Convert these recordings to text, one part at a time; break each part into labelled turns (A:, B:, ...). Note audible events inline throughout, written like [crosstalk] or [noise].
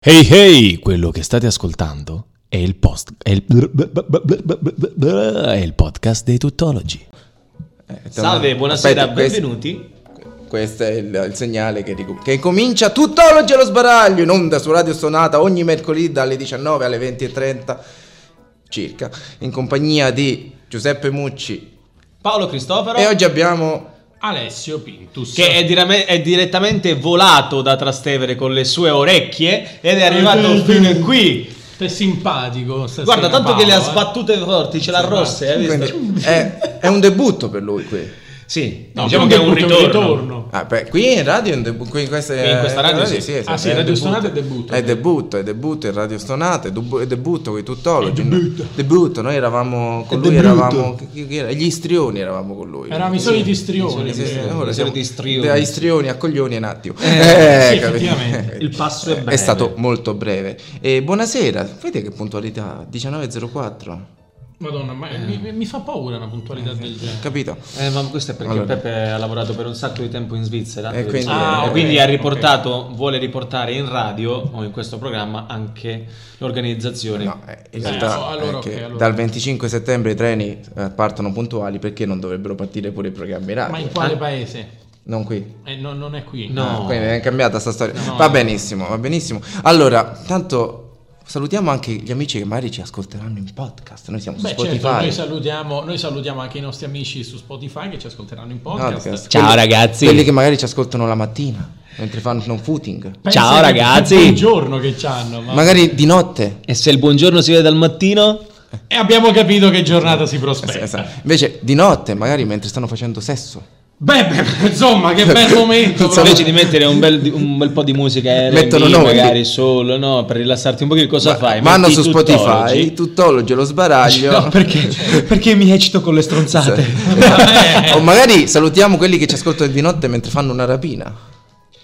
A: Hey hey, quello che state ascoltando è il, post, è il, è il podcast dei tuttologi.
B: Eh, torna-
C: Salve, buonasera,
B: aspetta, quest-
C: benvenuti.
B: Questo è il, il segnale che, ricu- che comincia tutt'oggi allo sbaraglio in onda su Radio Sonata ogni mercoledì dalle 19 alle 20.30 circa in compagnia di Giuseppe Mucci
C: Paolo Cristoforo
B: e oggi abbiamo
D: Alessio Pintus.
C: che è, dirame- è direttamente volato da Trastevere con le sue orecchie ed è arrivato fino qui.
D: È simpatico. stasera,
C: Guarda, tanto che le ha
D: Paolo, eh.
C: sbattute forti, ce l'ha rosse, hai visto?
B: quindi eh, è, è un debutto per lui qui
C: Sì,
D: No,
C: diciamo che è un
D: debutto,
C: ritorno.
B: Ah, beh, qui in radio è un debutto qui in eh, questa,
C: Qui in questa radio sì.
B: è
D: Ah, sì,
B: un
D: Radio
B: debutto.
D: Sonata è debutto.
B: è debutto è debutto in Radio Stonata è, dub- è debutto con i tuttologi no? debutto noi eravamo con lui eravamo chi- chi era? gli istrioni eravamo con lui
D: Eravamo i soliti istrioni. eh,
B: Sì, sì,
D: perché-
B: ora
C: di
B: siamo
C: solito istrioni. Eh,
B: da istrioni a coglioni è un attimo. [laughs] Eh,
D: sì,
B: capito?
D: effettivamente.
C: Il passo è breve.
B: stato molto breve. E buonasera, vedete che puntualità? 19.04,
D: Madonna, ma eh, mi, mi fa paura una puntualità del genere.
B: capito?
C: Eh, ma questo è perché
B: Allora.
C: Peppe ha lavorato per un sacco di tempo in Svizzera
B: E quindi-
C: Ah,
B: eh,
C: quindi
D: ok,
C: ha riportato, vuole riportare in radio o in questo programma anche l'organizzazione.
B: No, eh, in
D: Eh,
B: realtà
D: oh, allora,
B: è che
D: ok, allora.
B: dal 25 settembre i treni eh, partono puntuali perché non dovrebbero partire pure i programmi radio.
D: Ma in quale paese?
B: Non qui.
D: Eh, no, non è qui.
C: No.
B: Ah, quindi è cambiata sta storia.
D: No.
B: Va benissimo, va benissimo. Allora, tanto salutiamo anche gli amici che magari ci ascolteranno in podcast. Noi siamo su
D: Beh,
B: Spotify.
D: certo, noi salutiamo, noi salutiamo anche i nostri amici su Spotify che ci ascolteranno in podcast.
B: Podcast.
A: Ciao,
B: Quelli-
A: ragazzi.
B: Quelli che magari ci ascoltano la mattina mentre fanno footing.
D: Pensa
A: Ciao,
D: che-
A: ragazzi.
D: Il giorno che c'hanno. Ma...
B: Magari di notte.
A: E se il buongiorno si vede al mattino?
D: E abbiamo capito che giornata si prospetta.
C: esatto.
B: Invece di notte, magari mentre stanno facendo sesso.
D: Beh, beh,
C: [laughs]
D: insomma, che bel momento.
B: Insomma,
D: proprio.
C: Invece di mettere un bel, di- un bel po' di musica R&B,
B: Mettono noi.
C: magari solo, no, per rilassarti un pochino, cosa
B: Va-
C: fai?
B: Vanno
C: Metti
B: su Spotify,
C: tuttologi?
B: tuttologi lo sbaraglio.
C: No,
B: [laughs]
C: [laughs] perché, perché mi eccito con le stronzate? [laughs]
D: Vabbè.
B: o magari salutiamo quelli che ci ascoltano di notte mentre fanno una rapina.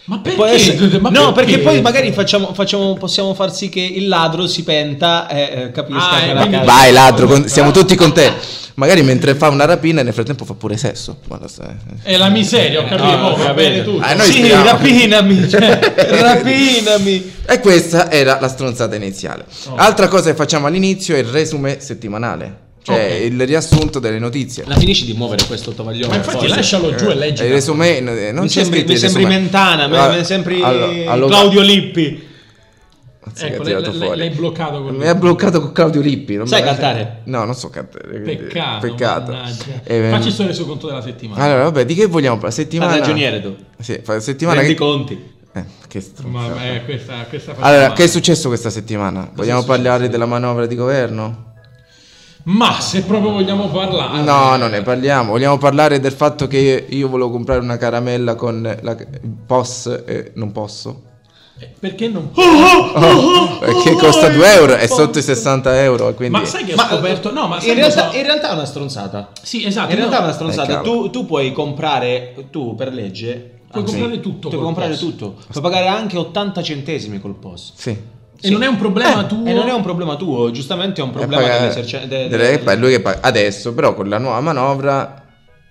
D: Ma perché?
C: Può essere-
D: Ma
C: no, perché poi magari facciamo, facciamo- possiamo far sì che il ladro si penta e eh, capisca
D: Ah,
C: che
D: e
C: la
D: quindi-
C: casa-
B: Vai ladro, con- siamo tutti con te. Magari mentre fa una rapina nel frattempo fa pure sesso. Ma lo sai.
D: È la miseria, ho capito,
C: no,
D: oh, va bene
C: capito.
D: tutto.
B: Ah, noi
C: Sì,
B: stiamo-
C: rapinami, cioè,
B: [laughs]
C: rapinami.
B: E questa era la stronzata iniziale. Altra cosa che facciamo all'inizio è il resume settimanale, cioè
D: Ok.
B: il riassunto delle notizie.
C: La finisci di muovere questo tovaglione?
D: Ma infatti
C: forza.
D: lascialo giù e leggi.
B: Eh, il resume eh, non
C: mi
B: c'è
C: sembri,
B: scritto
C: mi
B: il
C: sembri
B: resume.
C: Mentana, mi-
B: Allora-
C: mi sembri
B: allora- allora-
C: Claudio Lippi.
B: Anzi, che
D: Ecco,
B: ha
D: l'hai,
B: tirato
D: l'hai-
B: fuori.
D: l'hai bloccato con
B: Mi ha bloccato con Claudio Lippi. non
C: Sai
B: me la-
C: cantare?
B: No, non so cantare. quindi-
D: Peccato.
B: Peccato.
D: mannaggia.
B: Eh,
D: Facci solo il suo conto della settimana.
B: Allora, vabbè, di che vogliamo parlare? Settimana.
C: Fa il ragioniere tu.
B: Sì, fa settimana.
C: Rendi
B: Che...
C: conti.
B: Eh, che stronzata.
D: Ma beh, questa, questa fa
B: Allora,
D: male.
B: che è successo questa settimana? vogliamo parlare della manovra di governo?
D: Ma se proprio vogliamo parlare.
B: No, non ne parliamo. Vogliamo parlare del fatto che io volevo comprare una caramella con la POS e non posso.
D: Eh, Perché non
B: Oh,
D: Oh,
B: Perché costa 2 euro, è sotto i 60 euro. Quindi
D: Ma sai che ho scoperto? No, ma sai
C: in realtà,
D: cosa-
C: in realtà è una stronzata.
D: Sì, esatto.
C: in realtà è
D: no,
C: una
B: Eh,
C: stronzata.
B: cavolo.
C: tu, tu puoi comprare, tu per legge.
D: Puoi comprare tutto
C: Puoi
D: col
C: comprare
D: POS.
C: tutto. Puoi pagare anche 80 centesimi col POS.
B: Sì.
D: E non è un problema
C: Eh,
D: tuo.
C: E non è un problema tuo, giustamente è un problema
B: E pagare-
C: dell'eserce- de-
B: Eh, delle-
C: de-
B: poi lui che paga- adesso, però, con la nuova manovra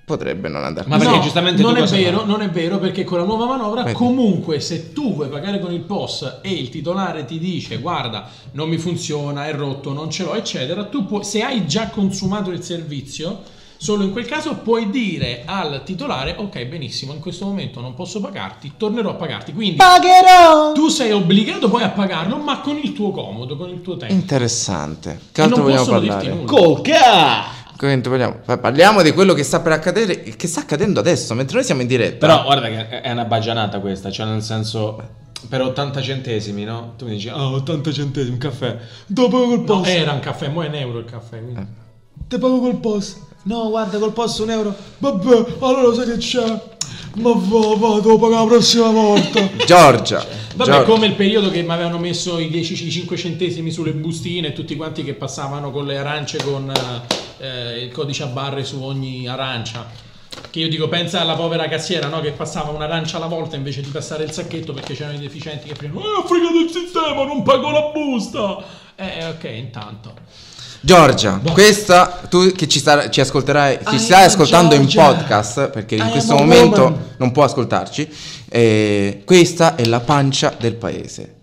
B: potrebbe non andare.
C: Ma
B: così.
C: perché giustamente
D: non
C: tu
D: è
C: cosa
D: vero,
C: fai?
D: non è vero perché con la nuova manovra
B: Vedi.
D: comunque se tu vuoi pagare con il POS e il titolare ti dice "Guarda, non mi funziona, è rotto, non ce l'ho, eccetera", tu puoi se hai già consumato il servizio Solo in quel caso puoi dire al titolare: Ok, benissimo, in questo momento non posso pagarti, tornerò a pagarti. Quindi
A: Pagherò!
D: tu sei obbligato poi a pagarlo, ma con il tuo comodo, con il tuo tempo.
B: Interessante. Che
D: E
B: altro
D: non
B: vogliamo
D: possono dirti
B: parlare?
D: nulla.
C: Coca!
B: Quindi vogliamo- pa- Parliamo di quello che sta per accadere, che sta accadendo adesso, mentre noi siamo in diretta.
C: Però guarda che è una bagianata questa, cioè nel senso per 80 centesimi, no? Tu mi dici "Ah, 80 centesimi un caffè. Dopo col
D: No,
C: POS.
D: era un caffè, mo è un euro il caffè. Quindi.
C: Te pago col POS. No, guarda, col POS un euro. Vabbè, allora sai che c'è? Ma va, va, devo pagare la prossima [laughs] volta.
B: Giorgia.
D: Vabbè,
B: Giorgia.
D: come il periodo che mi avevano messo i 10 i 5 centesimi sulle bustine e tutti quanti che passavano con le arance con eh, il codice a barre su ogni arancia. Che io dico, pensa alla povera cassiera no? che passava un'arancia alla volta invece di passare il sacchetto perché c'erano i deficienti che prima Ah, frega del sistema, non pago la busta! Eh, ok, intanto.
B: Giorgia,
C: Boh.
B: questa tu che ci, star- ci ascolterai, ci
C: I
B: stai
C: am
B: ascoltando in
C: Ah, ecco, Giorgia.
B: podcast perché in
C: I
B: questo
C: am a
B: momento
C: woman.
B: non può ascoltarci. eh, questa è la pancia del paese.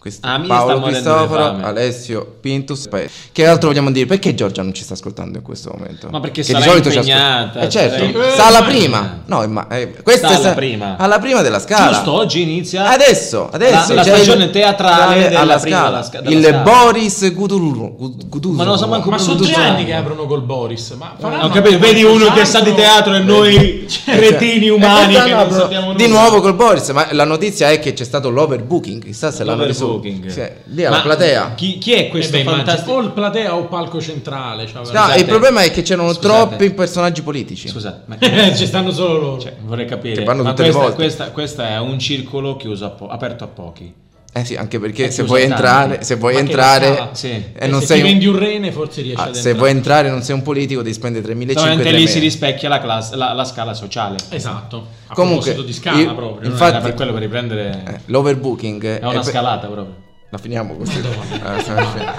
B: Quest-
C: Ah, mi sta
B: Paolo
C: morendo di
B: Cristoforo,
C: fame.
B: Alessio Pintus. Pe- Che altro vogliamo dire? Perché Giorgia non ci sta ascoltando in questo momento?
C: Ma perché
B: che
C: sarà
B: ci ascol-
C: impegnata,
B: Eh, certo,
C: sarà-
B: sta alla
D: Eh,
B: prima. No, ma, eh, questa
C: Sta
B: è
C: alla
B: sa-
C: prima.
B: alla prima della scala.
C: Giusto, oggi inizia
B: Adesso, adesso
C: la, la
B: c'è il-
C: stagione teatrale della
B: alla
C: prima,
B: scala.
C: della sca- della
B: il
C: scala.
B: Boris Gudurru. Gud- Gudurru.
C: Ma non lo so manco
D: Ma
C: Come
D: sono
C: tutti
D: tre anni
C: sanno.
D: che aprono col Boris. Ma faranno Eh
C: Ho capito, vedi uno che sa di
D: qualcos'altro?
C: teatro e noi [laughs] cretini umani
B: cioè, Eh,
C: che
B: no,
C: non
B: no,
C: sappiamo nulla.
B: di nuovo col Boris, ma la notizia è che c'è stato l'overbooking, chissà se l'hanno risolto.
C: Overbooking.
B: Sì, lì alla
C: Ma
B: platea.
C: Chi, chi è
D: Questo
C: questo fantastico?
D: O il platea o il palco centrale. cioè,
B: No,
C: Scusate.
B: il problema è che c'erano
C: Scusate.
B: troppi personaggi politici.
C: [laughs] Scusate, ma che-
D: veramente. [laughs] Ci stanno solo loro.
C: cioè, vorrei capire.
B: Che vanno
C: ma
B: tutte le
C: questa,
B: volte.
C: questa- questa è un circolo chiuso a po- aperto a pochi.
B: Eh sì, anche perché
C: È
B: se
C: chiuso
B: vuoi
C: tanti.
B: entrare, se vuoi
D: Ma che
B: entrare
D: scala?
C: Sì.
B: e
D: Eh,
B: non
D: se
B: sei
D: ti
B: un-
D: vendi un rene, forse riesci
B: Ah,
D: ad
B: se
D: entrare.
B: vuoi entrare e non sei un politico devi spendere 3.500
C: Solamente
B: lire
C: lì si
B: meno.
C: rispecchia la, classe, la, la scala sociale.
D: Esatto. A
B: Comunque,
D: proposito di scala
B: io-
D: proprio.
C: Non
D: no?
B: Eh, infatti-
C: era per quello per riprendere
B: Eh, L'overbooking
C: è una
B: per-
C: scalata proprio.
B: La finiamo così. Eh, sì, sì.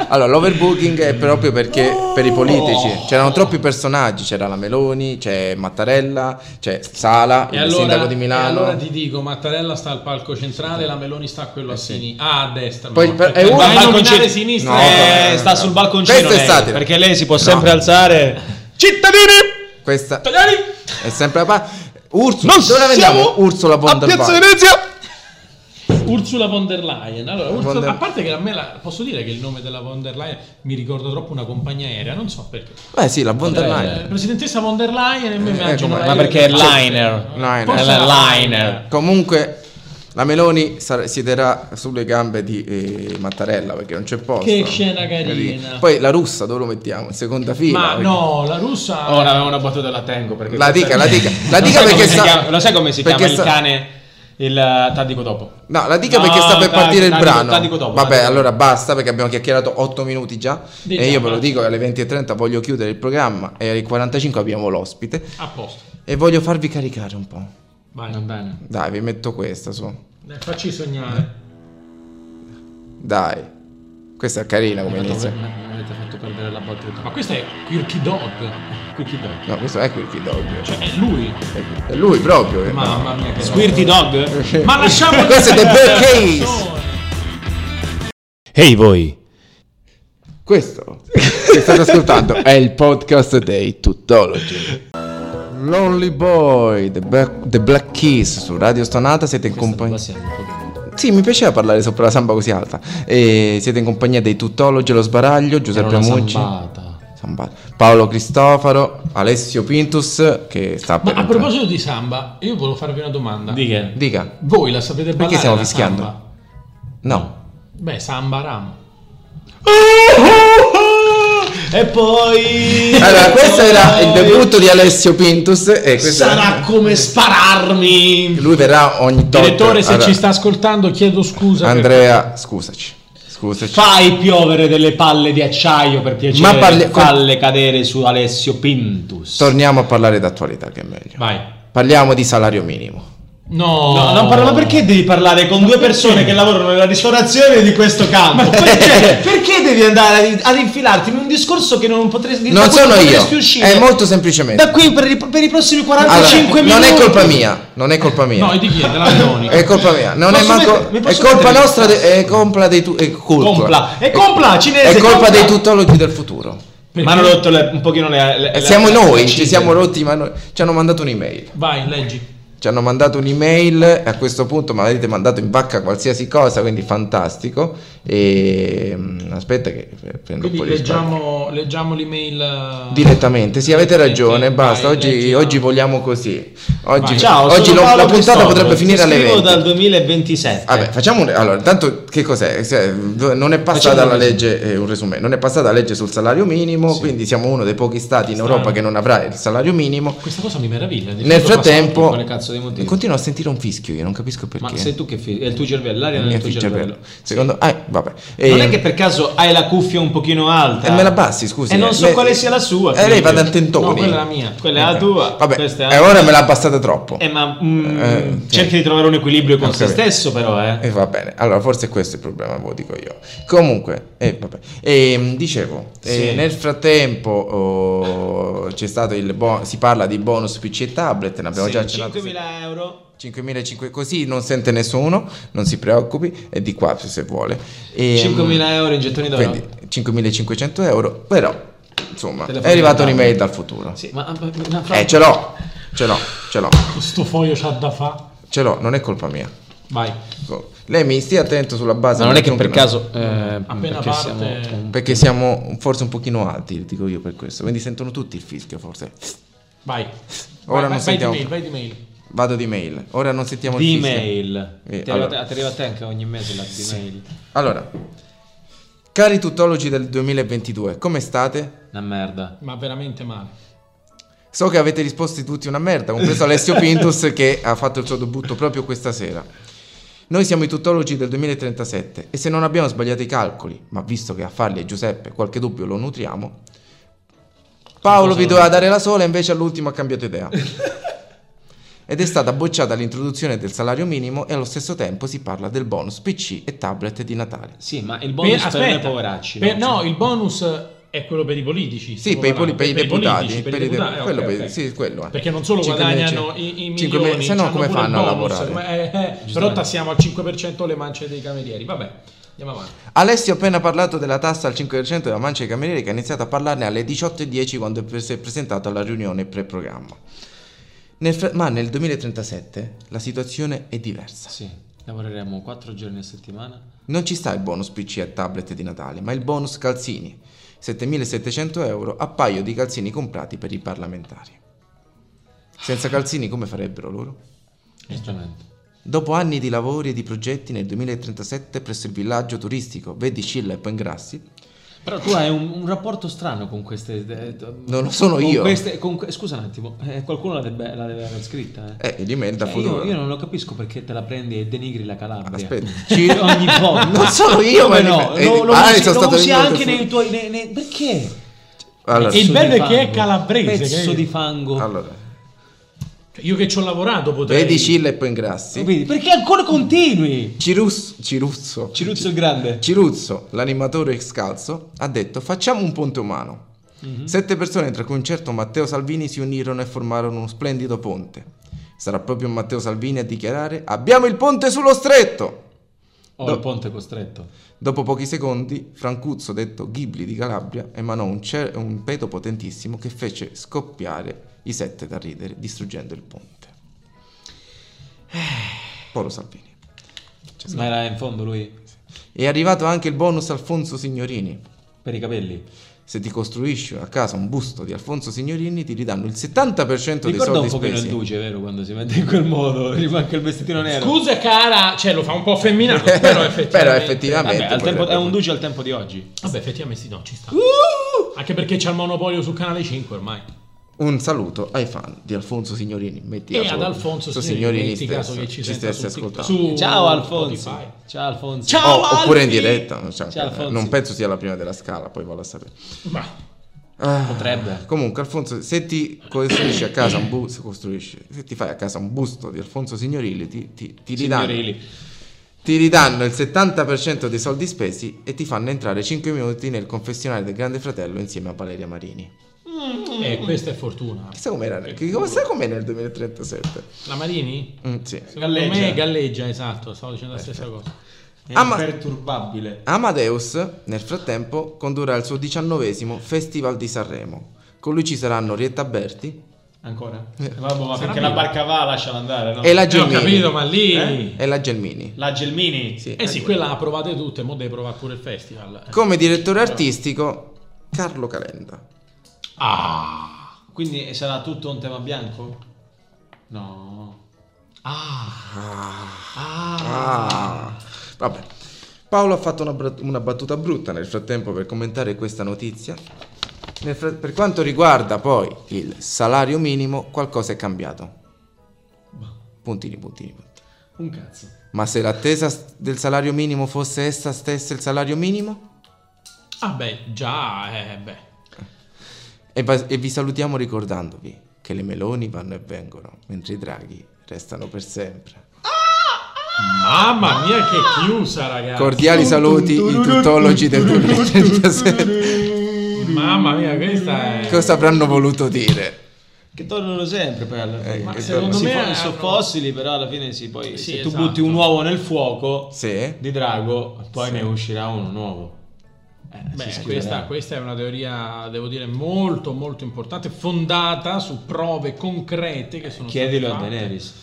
B: allora, l'overbooking è proprio perché per
C: Oh.
B: i politici c'erano troppi personaggi, c'era la Meloni, c'è Mattarella, c'è Sala,
D: E
B: il
D: allora,
B: sindaco di Milano.
D: e allora ti dico, Mattarella sta al palco centrale, la Meloni sta a quello a sinistra. Ah, a destra.
B: Eh, Poi
D: no,
B: per-
D: perché
B: è uno-
D: vai a
C: balconcino-
D: nominare sinistra.
B: No,
C: Eh,
B: no, no,
C: sta
B: no.
C: sul balconcino
B: Questa è
C: lei,
B: satira.
C: perché lei si può
B: No.
C: sempre alzare. Cittadini!
B: Questa
C: Italiani!
B: è sempre la pa- Ursula, dove la
C: siamo
B: vediamo? Ursula von
C: a
B: der
C: Piazza
B: Leyen.
C: Venezia!
D: Ursula von der Leyen. Allora, Ursula-
B: der-
D: a parte che a me la- posso dire che il nome della von der Leyen mi ricorda troppo una compagnia aerea, non so perché.
B: Beh, sì, la von der Leyen. Eh,
D: Eh, presidentessa von der Leyen e mi immagino
B: come-
D: l'aereo
C: Ma perché è
D: che parte.
C: liner?
B: Liner.
D: Forse
C: È la
D: la
C: liner.
B: eh, Comunque la Meloni sar- siederà sulle gambe di eh, Mattarella perché non c'è posto.
D: Che scena carina.
B: Poi la russa dove lo mettiamo? In seconda fila.
D: Ma
B: perché-
D: no, la russa
C: Ora avevo una battuta la tengo perché
B: La
C: questa-
B: dica, la dica. La
C: Lo
B: dica
C: sai
B: perché
C: come si
B: sta-
C: chiama- Lo sai come si
B: perché
C: chiama il
B: sta-
C: cane? Il eh, te la dico dopo.
B: No, la dica
C: No,
B: perché sta per
C: dai,
B: partire
C: dai,
B: il
C: dico-
B: brano.
C: dai, dico dopo,
B: Vabbè,
C: dai, dico
B: allora basta perché abbiamo chiacchierato 8 minuti già.
D: Dì
B: e
D: già,
B: io ve lo
D: basta.
B: dico che alle 20.30 voglio chiudere il programma e alle 45 abbiamo l'ospite.
D: a posto.
B: E voglio farvi caricare un po'.
D: Vai.
C: Va bene.
B: Dai, vi metto questa su.
D: Dai, Facci sognare.
B: Dai. Questa è carina come
C: Mi
B: inizio.
C: avete fatto perdere la battuta.
D: Ma questo è Quirky Dog.
C: Quirky Dog.
B: No, questo è Quirky Dog.
D: Cioè, è lui.
B: È lui proprio. eh.
D: Mamma mia che
C: Squirty Dog?
B: Sì.
D: Ma lasciamo
B: [laughs] Questo è The Bear Case.
A: Ehi voi!
B: Questo che state ascoltando è il podcast dei Tutology. Lonely Boy, The Black, The Black Keys su Radio Stonata, siete in compagnia. Sì, mi piaceva parlare sopra la samba così alta. E siete in compagnia dei Tutologi Lo Sbaraglio, Giuseppe Amucci, Samba- Paolo Cristofaro, Alessio Pintus che sta
D: Ma
B: per
D: a
B: entrare.
D: proposito di samba, io volevo farvi una domanda.
C: Di che?
B: Dica.
D: Voi la sapete ballare?
B: Perché stiamo
D: la
B: fischiando?
D: samba?
B: No.
D: Beh, samba ramo. [laughs]
C: E poi...
B: Allora, questo era il debutto di Alessio Pintus e questo
C: Sarà
B: era...
C: come spararmi.
B: lui verrà ogni tanto.
D: Direttore, se
B: Allora,
D: ci sta ascoltando, chiedo scusa. per-
B: Andrea, scusaci. Scusaci.
C: Fai piovere delle palle di acciaio per piacere.
B: Ma parli-
C: Falle cadere su Alessio Pintus.
B: Torniamo a parlare d'attualità che è meglio.
D: Vai.
B: Parliamo di salario minimo.
D: No,
C: No, non parla, ma perché devi parlare con due persone che lavorano nella ristorazione di questo campo? Perché, perché devi andare ad infilarti in un discorso che non potresti da
B: Non
C: cui
B: sono io.
C: potresti uscire?
B: È molto semplicemente.
C: Da qui per i, per i prossimi
B: Allora,
C: 45 minuti.
B: non è colpa mia, non è colpa mia.
D: No, e di chi è? Della Meloni.
B: è colpa mia, non è
C: Posso
B: manco
C: mettere- mi
B: è
C: posso
B: colpa
C: mettere-
B: nostra de- è colpa dei tu- è colpa.
C: Compla. È compla, cinese,
B: È colpa
C: compla.
B: dei tutologi del futuro.
D: Perché-
C: Ma hanno rotto le- un pochino le. le-
B: Eh,
C: le-
B: siamo
C: le-
B: noi,
C: le
B: ci
C: ciglia.
B: siamo rotti, ma noi ci hanno mandato un'email.
D: Vai, leggi.
B: Ci hanno mandato un'email e a questo punto mi avete mandato in vacca qualsiasi cosa, quindi fantastico. E mm, aspetta che eh, prendo un
D: Quindi
B: po' di spazio.
D: leggiamo, leggiamo l'email. eh,
B: Direttamente, sì, avete ragione.
D: direttamente.
B: Basta,
D: Vai,
B: oggi,
D: leggi,
B: oggi
D: no.
B: vogliamo così. Oggi,
D: Vai.
C: Ciao,
B: oggi
C: sono
B: lo-
C: Paolo
B: la puntata
C: Cristoforo,
B: potrebbe
C: ti
B: finire alle
C: scrivo
B: 20.
C: dal 2027.
B: Vabbè, facciamo un... Allora, intanto che cos'è? Se- Non è passata
C: Facciamo un
B: la legge, eh, un resume, non è passata la legge sul salario minimo, quindi siamo uno dei pochi stati in
D: Strano.
B: Europa che non avrà il salario minimo.
D: Questa cosa mi meraviglia. di
B: Nel
D: tutto passato.
C: per
B: frattempo,
C: quale cazzo di motivo?
B: continuo a sentire un fischio, io non capisco perché.
C: Ma sei tu che fai? È il tuo cervello,
B: È
C: l'aria
B: il
C: non è
B: mio
C: il tuo cervello.
B: cervello. Secondo... Ah, vabbè.
C: Non
B: Ehm,
C: è che per caso hai la cuffia un pochino alta?
B: E Eh, me la passi, scusi.
C: E non so
B: Lei-
C: quale sia la sua.
B: Eh, lei va
C: quindi.
B: da Tentoni.
D: No, quella è la mia.
C: Quella è la tua.
B: Vabbè,
C: questa
B: e
C: è la-
B: ora me l'ha passata troppo.
C: Eh, ma mm,
B: Eh, sì.
C: cerchi di trovare un equilibrio con
B: Ho
C: se
B: capito.
C: stesso, però, eh.
B: E va bene, allora forse questo è il problema, ve lo dico io. Comunque, eh, vabbè. Ehm, dicevo,
C: Sì.
B: eh, nel frattempo oh, c'è stato il bo- si parla di bonus PC e tablet, ne abbiamo già accennato.
C: 5.000 euro.
B: 5.500 così non sente nessuno, non si preoccupi, è di qua se vuole. E,
C: 5.000 euro in gettoni d'oro.
B: Ehm, quindi 5.500 euro, però insomma
C: Telefono
B: è arrivata
C: dalla-
B: un'email dal futuro.
C: Sì, ma ma- una fra-
B: Eh ce l'ho, ce l'ho, ce l'ho,
D: Questo foglio c'ha da fa.
B: ce l'ho, non è colpa mia.
D: Vai.
B: Co- Lei mi stia attento sulla base.
E: Ma non è che per
B: aggiunga-
E: caso... eh,
D: Appena
E: perché
D: parte-
E: siamo un-
B: Perché siamo forse un pochino alti, dico io per questo, quindi sentono tutti il fischio forse.
D: Vai.
B: [laughs] Ora
D: vai,
B: non
D: vai,
B: sentiamo.
D: Vai di mail, vai di mail.
B: Vado di mail, ora non sentiamo il fischio.
C: D-mail.
B: Eh,
C: Ti arriva-
B: allora.
C: ti arriva a te anche ogni mese la D-mail.
B: Allora, cari tuttologi del 2022, come state?
C: Una merda.
D: Ma veramente male.
B: So che avete risposto tutti una merda, compreso Alessio Pintus che ha fatto il suo debutto proprio questa sera. Noi siamo i tuttologi del 2037 e se non abbiamo sbagliato i calcoli, ma visto che a farli è Giuseppe, qualche dubbio lo nutriamo. Paolo vi doveva dare la sola, invece all'ultimo ha cambiato idea. Ed è stata bocciata l'introduzione del salario minimo e allo stesso tempo si parla del bonus PC e tablet di Natale.
C: Sì, ma il bonus per,
D: aspetta,
C: noi poveracci. cioè,
D: per- no, il bonus è quello per i politici.
B: Sì,
D: stiamo
B: per i, poli-
D: parlando.
B: per i
D: Per i
B: deputati,
D: politici,
B: per i
D: deputati,
B: deputati,
D: eh,
B: quello
D: ok,
B: per-
D: ok.
B: sì, quello, eh.
D: Perché non solo
B: 5.000,
D: guadagnano i, i
B: cinque
D: milioni,
B: mila- se no
D: c'hanno
B: come
D: pure il
B: fanno a
D: bonus,
B: lavorare?
D: ma- eh, eh, però tassiamo al 5% le mance dei camerieri. Vabbè, andiamo avanti.
B: Alessio ha appena parlato della tassa al 5% della mancia dei camerieri che ha iniziato a parlarne alle 18.10 quando pre- si è presentato alla riunione pre-programma. Nel fr- ma nel 2037 la situazione è diversa.
C: Sì, lavoreremo 4 giorni a settimana.
B: Non ci sta il bonus PC e tablet di Natale, ma il bonus calzini, 7.700 euro a paio di calzini comprati per i parlamentari. Senza calzini come farebbero loro?
D: Eh.
C: Giustamente.
B: Dopo anni di lavori e di progetti nel 2037 presso il villaggio turistico Vedicilla e Pengrassi,
C: Però tu hai un, un rapporto strano con queste... eh, t-
B: Non lo sono
C: con
B: io.
C: queste- con que- scusa un attimo, eh, qualcuno la debba- la deve aver scritta. eh.
B: eh, l'email da
C: Eh, io,
B: futuro.
C: io non lo capisco perché te la prendi e denigri la Calabria. [laughs]
B: Aspetta, ci- [laughs]
C: ogni volta.
B: Non sono io,
C: Come
B: ma-
C: no?
B: eh,
C: Lo, lo
B: ah,
C: usi,
B: sono
C: lo
B: stato
C: usi
B: io
C: anche
B: che-
C: nei tuoi... nei- nei- perché?
B: Allora,
D: E
C: Pezzo
D: il bello
C: di
D: è che è
C: fango.
D: calabrese,
C: Pezzo
D: che-
C: di fango.
B: allora,
D: Cioè, Io che ci ho lavorato potrei...
B: Vedicilla e Pengrassi,
C: Vedi, perché ancora continui?
B: Cirus, Ciruzzo,
C: Ciruzzo il grande.
B: Ciruzzo, l'animatore scalzo, ha detto facciamo un ponte umano.
C: Mhm.
B: Sette persone, tra cui un certo Matteo Salvini, si unirono e formarono uno splendido ponte. Sarà proprio Matteo Salvini a dichiarare abbiamo il ponte sullo stretto.
C: Oh,
B: Do-
C: il ponte costretto.
B: Dopo pochi secondi, Francuzzo, detto Ghibli di Calabria, emanò un, cer- un peto potentissimo che fece scoppiare i sette da ridere, distruggendo il ponte. Eh, Polo Salvini.
C: Ma era in fondo lui
B: È arrivato anche il bonus Alfonso Signorini.
C: per i capelli.
B: Se ti costruisci a casa un busto di Alfonso Signorini, ti ridanno il 70% dei
C: Ricorda
B: soldi
C: un pochino il
B: spesi. [laughs]
C: duce, vero? Quando si mette in quel modo, [laughs] arriva anche il vestitino nero.
D: Scusa cara, cioè lo fa un po'
B: [laughs]
D: femminato, però effettivamente...
B: Però effettivamente
C: Vabbè, al
B: poi-
C: tempo- è un duce al tempo di oggi.
D: Vabbè, effettivamente sì, no, ci sta. Anche perché c'è il monopolio su Canale 5 ormai.
B: Un saluto ai fan di Alfonso Signorini. Metti
D: E
B: caso-
D: ad Alfonso
B: su
D: Signorini, metti
B: stesso,
D: caso che ci, senta
B: stesse
D: su
B: ascoltando.
D: TikTok- su
C: Ciao Alfonso.
D: Uh, Spotify.
C: Ciao Alfonso.
D: Ciao!
B: O- Oh, oppure in
D: Alfi!
B: diretta, cioè,
C: Ciao, Alfonso.
B: non penso sia la prima della scala, poi vado a sapere.
D: Ma
B: Ah,
C: Potrebbe.
B: Comunque, Alfonso, se ti costruisci a casa un busto, costruisci, se ti fai a casa un busto di Alfonso Signorilli, ti, ti- ti ridanno,
C: Signorili.
B: ti ridanno il 70% dei soldi spesi e ti fanno entrare 5 minuti nel confessionale del Grande Fratello insieme a Valeria Marini.
D: eh, questa è fortuna.
B: Chissà com'era, che- come- sai com'è nel 2037?
D: La Marini?
B: Mm, sì.
D: Secondo
C: Galleggia.
D: me galleggia, esatto, stavo dicendo la stessa cosa.
C: È
B: Ah, ma-
C: imperturbabile.
B: Amadeus, nel frattempo, condurrà il suo 19 Festival di Sanremo. Con lui ci saranno Rietta Berti
C: Ancora? Vabbè, ma
D: Sarà
C: perché la
D: vivo.
C: barca va, lasciala andare, no?
B: e la
D: Eh, ho
B: Gelmini.
D: capito, ma lì... Eh,
B: E la Gelmini.
C: La Gelmini.
B: Sì,
D: sì, quella la provate tutte, mo devi provare pure il festival.
B: Come direttore artistico, Carlo Calenda.
D: Ah!
C: Quindi sarà tutto un tema bianco? No.
D: Ah.
B: Ah. Vabbè. Paolo ha fatto una, bra- una battuta brutta nel frattempo per commentare questa notizia. Nel fra- per quanto riguarda poi il salario minimo, qualcosa è cambiato. Puntini, puntini, puntini.
C: Un cazzo.
B: Ma se l'attesa s- del salario minimo fosse essa stessa il salario minimo?
D: Ah beh, già, eh, beh.
B: E, va- e vi salutiamo ricordandovi che le meloni vanno e vengono, mentre i draghi restano per sempre.
D: Mamma mia che chiusa, ragazzi.
B: Cordiali saluti, i tutologi del 2037.
D: Mamma mia, questa è...
B: Cosa avranno voluto dire?
C: Che tornano sempre poi alla fine.
B: Eh,
D: Ma
B: che
D: secondo
C: Si
B: torna-
D: me
C: fa-
D: hanno-
C: sono fossili, però alla fine sì, poi
D: eh, Sì,
C: se tu
D: esatto.
C: butti un uovo nel fuoco
B: Sì.
C: di drago, poi
B: Sì.
C: ne uscirà uno nuovo. Eh, si
D: Beh,
C: schiuderà.
D: questa, questa è una teoria, devo dire, molto molto importante, fondata su prove concrete che sono
C: Chiedilo a
D: state fatte.
C: Daenerys.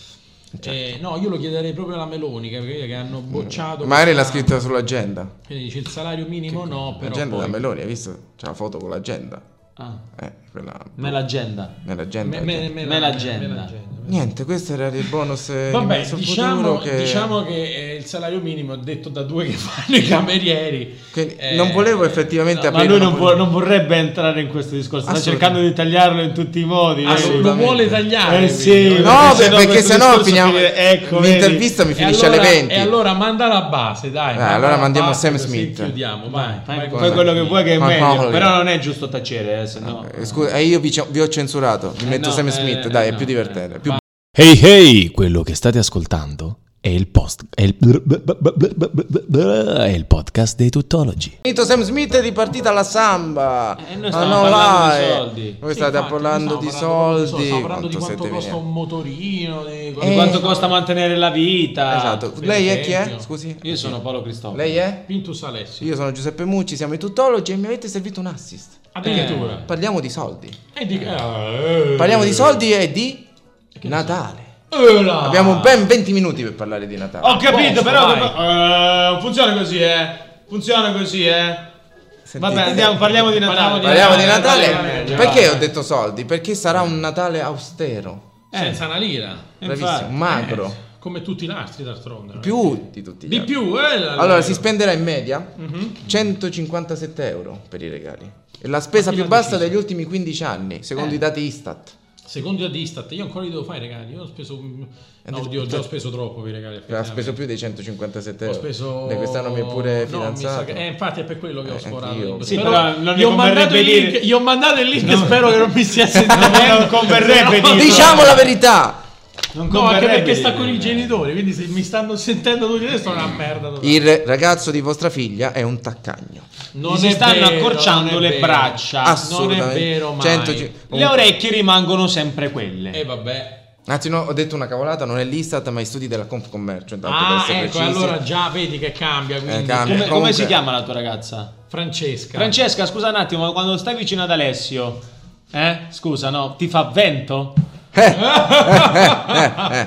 C: certo.
D: Eh, no, io lo chiederei proprio alla Meloni, che, che hanno
C: Mm.
D: bocciato.
B: Magari l'ha
D: questa-
B: scritta sull'agenda.
D: Quindi dice il salario minimo no, però
B: L'agenda
D: poi-
B: da Meloni, hai visto? C'è la foto con l'agenda.
C: Ah,
B: Eh, quella...
C: nell'agenda.
B: Nell'agenda.
D: me, me, me-
C: Me
D: me-
C: l'agenda.
D: me l'agenda.
B: Niente, questo era il bonus. eh,
D: Vabbè,
B: rimasto
D: diciamo
B: futuro
D: che... diciamo che eh, il salario minimo, detto da due che [laughs] fanno i camerieri,
B: Che
D: eh,
B: non volevo effettivamente
C: Ma
B: aprire
C: lui
B: una
C: non,
B: polemica.
C: vuol- non vorrebbe entrare in questo discorso, sta
B: Assolutamente.
C: cercando di tagliarlo in tutti i modi. vedi?
D: ah, lo- lo
B: Assolutamente.
D: vuole tagliare.
C: Eh
D: quindi.
C: sì.
B: No, perché,
C: Perché sennò
B: perché
C: questo
B: sennò
C: discorso
B: finiamo.
C: finire- ecco, vedi.
B: l'intervista mi
D: E
B: finisce
D: allora-
B: alle 20.
D: E allora manda la base, dai.
B: Eh,
D: manda
B: allora
D: la
B: mandiamo
D: base
B: Sam
D: così
B: Smith.
D: Chiudiamo, vai. vai
C: Fai,
D: con
C: fai
D: Sam
C: quello che
D: Smith.
C: vuoi che è
B: Ma
C: meglio,
B: cavoli.
C: però non è giusto tacere, eh, se no...
B: Eh, Scusa, eh, io vi, ci- vi ho censurato. Vi
C: Eh,
B: metto
C: no,
B: Sam
C: eh,
B: Smith,
C: eh,
B: dai, è
C: no,
B: più divertente.
C: eh,
B: più
A: Hey hey, quello che state ascoltando è il post è il, è il podcast dei tuttologi.
B: Finito Sam Smith è ripartita la samba.
C: Eh, noi
B: Ah,
C: stiamo
B: no,
C: parlando di
B: là, eh.
C: soldi.
B: Voi
D: Sì,
B: state
D: infatti,
B: parlando
D: non
B: di
D: stavo parlando
B: soldi.
D: di soldi, stavo parlando di
B: Quanto
D: quanto
B: siete Eh.
D: costa
B: veni-
D: un motorino, di
C: Di
D: quanto-
C: quanto costa mantenere la vita?
B: Esatto.
D: per
B: Lei è chi è?
D: esempio.
B: Scusi.
C: Io sono Paolo Cristoforo.
B: Lei è?
D: Pintus Alessio.
B: Io sono Giuseppe Mucci, siamo i tutologi e mi avete servito un assist.
D: Addirittura.
B: Parliamo di soldi.
D: E di- eh, eh.
B: Parliamo di soldi e di Natale.
D: Eh, là.
B: Abbiamo ben 20 minuti per parlare di Natale.
C: Ho capito,
D: Posto,
C: però...
D: vai.
C: dopo- Eh, funziona così, eh. Funziona così, eh.
B: Sentite.
C: Vabbè, andiamo, parliamo di Natale.
B: Parliamo di
D: Natale,
B: Natale.
D: Natale.
B: Perché ho detto soldi? Perché sarà un Natale austero.
D: Eh, senza una lira. Eh,
B: Bravissimo, magro.
D: Come tutti gli altri d'altronde. no?
B: Più di tutti gli
D: Di
B: altri.
D: più, eh, la-
B: Allora
D: la-
B: si spenderà in media
D: Mhm.
B: 157 euro per i regali. È la spesa
D: Ma chi
B: più
D: l'ha
B: bassa
D: deciso?
B: degli ultimi 15 anni, secondo
D: Eh.
B: i dati Istat.
D: Secondo la Distat, io ancora li devo fare i regali. Io ho speso. No,
B: detto-
D: oddio, ho già speso troppo per i regali.
B: Ha speso
D: effettivamente.
B: più dei 157
D: Eh, Ho
B: euro.
D: speso.
B: E quest'anno mi è pure
D: No, mi sa
B: fidanzato.
D: che- Eh, infatti, è per quello che
B: Eh,
D: ho
B: anch'io.
D: sforato.
C: Sì,
D: Però
C: però non mi
D: gli, ho mandato
C: converrebbe
D: il link,
C: dire-
D: gli ho mandato il link. Spero che [laughs] non mi stia sentendo.
C: Non converrebbe
D: Se no-
C: [laughs] dire.
B: Diciamo la verità!
C: Non
D: No, anche
C: converrebbe
D: perché sta
C: dire.
D: con i genitori. Quindi, se mi stanno sentendo tutti adesso, è
B: Mm.
D: una merda. totale.
B: Il ragazzo di vostra figlia è un taccagno.
D: Non
C: Gli si
D: è
C: stanno
D: vero,
C: accorciando
D: non è
C: le
D: vero.
C: braccia.
D: Ah,
B: Assolutamente.
D: non è vero mai.
B: 105
C: Le orecchie rimangono sempre quelle.
D: E vabbè.
B: Anzi, no, ho detto una cavolata, non è l'Istat, ma i studi della Confcommercio. Intanto
D: Ah,
B: per essere
D: ecco,
B: precisi. Eh,
D: allora già vedi che cambia. Quindi.
B: cambia.
C: come, come
B: Comunque-
C: si chiama la tua ragazza?
D: Francesca.
C: Francesca, scusa un attimo, ma quando stai vicino ad Alessio, eh? Scusa, no, ti fa vento? [laughs]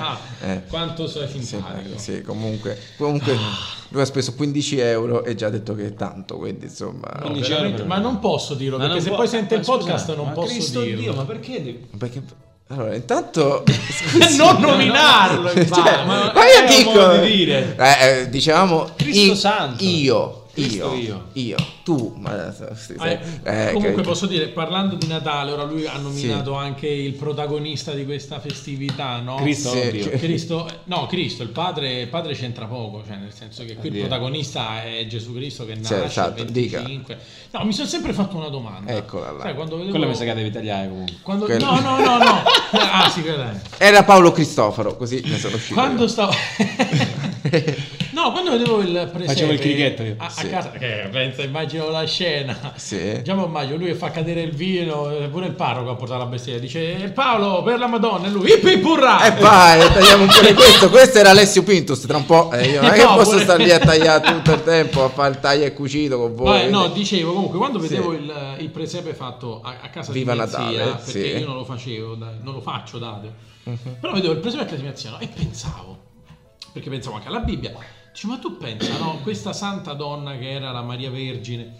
B: eh, [laughs] eh.
D: Quanto sei
B: Sì,
D: simpatico.
B: eh, sì, comunque, comunque lui ha speso 15 euro e già ha detto che è tanto, quindi insomma...
D: No,
C: Quindi
D: veramente,
C: c'era per-
D: ma non posso dirlo
C: Ma
D: perché
C: non
D: se
C: può-
D: poi sente il
C: ma scusa,
D: podcast non
C: ma
D: posso
C: Cristo
D: dirlo.
C: Dio, ma perché devi-
B: Perché... Allora,
C: [laughs]
B: intanto...
D: non nominarlo,
B: [laughs] Cioè,
D: infatti.
B: ma,
D: ma,
C: Cioè, è
B: io
C: un
B: dico...
C: modo di dire.
B: Eh, eh, diciamo...
C: Cristo santo.
B: Io, io,
C: Cristo io. Ah,
B: io, tu... Ma, sì, sì,
D: Eh,
B: eh,
D: comunque
B: che-
D: posso dire, parlando di Natale, ora lui ha nominato anche il protagonista di questa festività, no?
C: Cristo,
B: Sì,
C: oddio.
B: che-
D: Cristo, no, Cristo, il padre, il padre c'entra poco, cioè nel senso che qui il
C: Addio.
D: protagonista è Gesù Cristo che
B: Sì,
D: nasce
B: esatto,
D: il
B: dica.
D: 25. No, mi sono sempre fatto una domanda.
B: Eccola là.
D: Sai, quando vedevo-
C: Quella mi sa che devi tagliare comunque.
D: quando-
B: Quella.
D: No, no,
B: [laughs]
D: no, no. ah, sì, quella è.
B: Era Paolo Cristoforo, così ne sono uscito.
D: Quando
B: io. [laughs]
D: stavo... no, quando vedevo il presepe...
C: Facevo il chirichetto io.
D: A, a
B: Sì.
D: casa, che pensa, immagino la scena.
B: Sì.
D: Già mi immagino, lui fa cadere il vino, eh, pure il parroco a portare la bestia. Dice, "Eh, Paolo, per la Madonna, e lui, "Ip, ip, urrà!
B: E Eh, vai, tagliamo un po' di questo. Questo era Alessio Pintus. Tra un po'. eh, io non è che
D: No,
B: posso
D: pure-
B: star lì a tagliare tutto il tempo a fare il taglia e cucito con voi.
D: Vabbè, no,
B: quindi-
D: dicevo comunque quando
B: Sì.
D: vedevo il, il presepe fatto a, a casa
B: Viva
D: di mia
B: Natale,
D: zia, perché
B: sì.
D: io non lo facevo, da- non lo faccio date.
C: Mhm.
D: Però vedevo il presepe a casa di mia zia no, e pensavo, perché pensavo anche alla Bibbia, dice ma tu pensa, no, questa santa donna che era la Maria Vergine,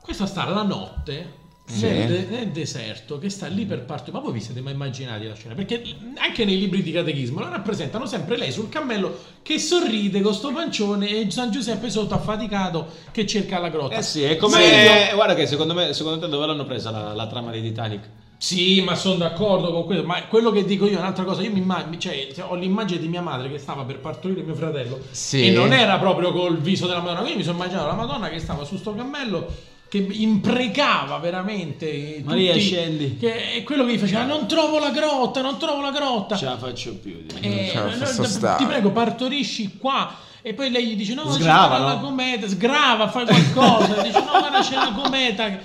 D: questa sta la notte
B: Sì.
D: nel, de- nel deserto che sta lì per parto. Ma voi vi siete mai immaginati la scena? Perché anche nei libri di catechismo la rappresentano sempre lei sul cammello che sorride con sto pancione e San Giuseppe sotto affaticato che cerca la grotta.
C: Eh sì, è come...
D: Meglio.
C: eh, Guarda che secondo me, secondo te dove l'hanno presa la, la trama dei Titanic?
D: Sì, ma sono d'accordo con quello. Ma quello che dico io è un'altra cosa. Io mi immagino, cioè, cioè, ho l'immagine di mia madre che stava per partorire mio fratello.
B: Sì.
D: E non era proprio col viso della Madonna. Quindi mi sono immaginato la Madonna che stava su sto cammello. Che imprecava veramente eh,
C: Maria,
D: tutti-
C: scendi.
D: Che è quello che gli faceva: Non trovo la grotta, non trovo la grotta.
C: Non Ce la faccio più. Dio.
D: Eh,
B: Ce la
D: no,
B: posso
D: no,
B: stare.
D: ti prego, partorisci qua. E poi lei gli dice: No,
C: Sgrava,
D: c'è la
C: no?
D: [laughs] cometa, sgrava, fai qualcosa. dice: No, guarda, c'è la cometa. E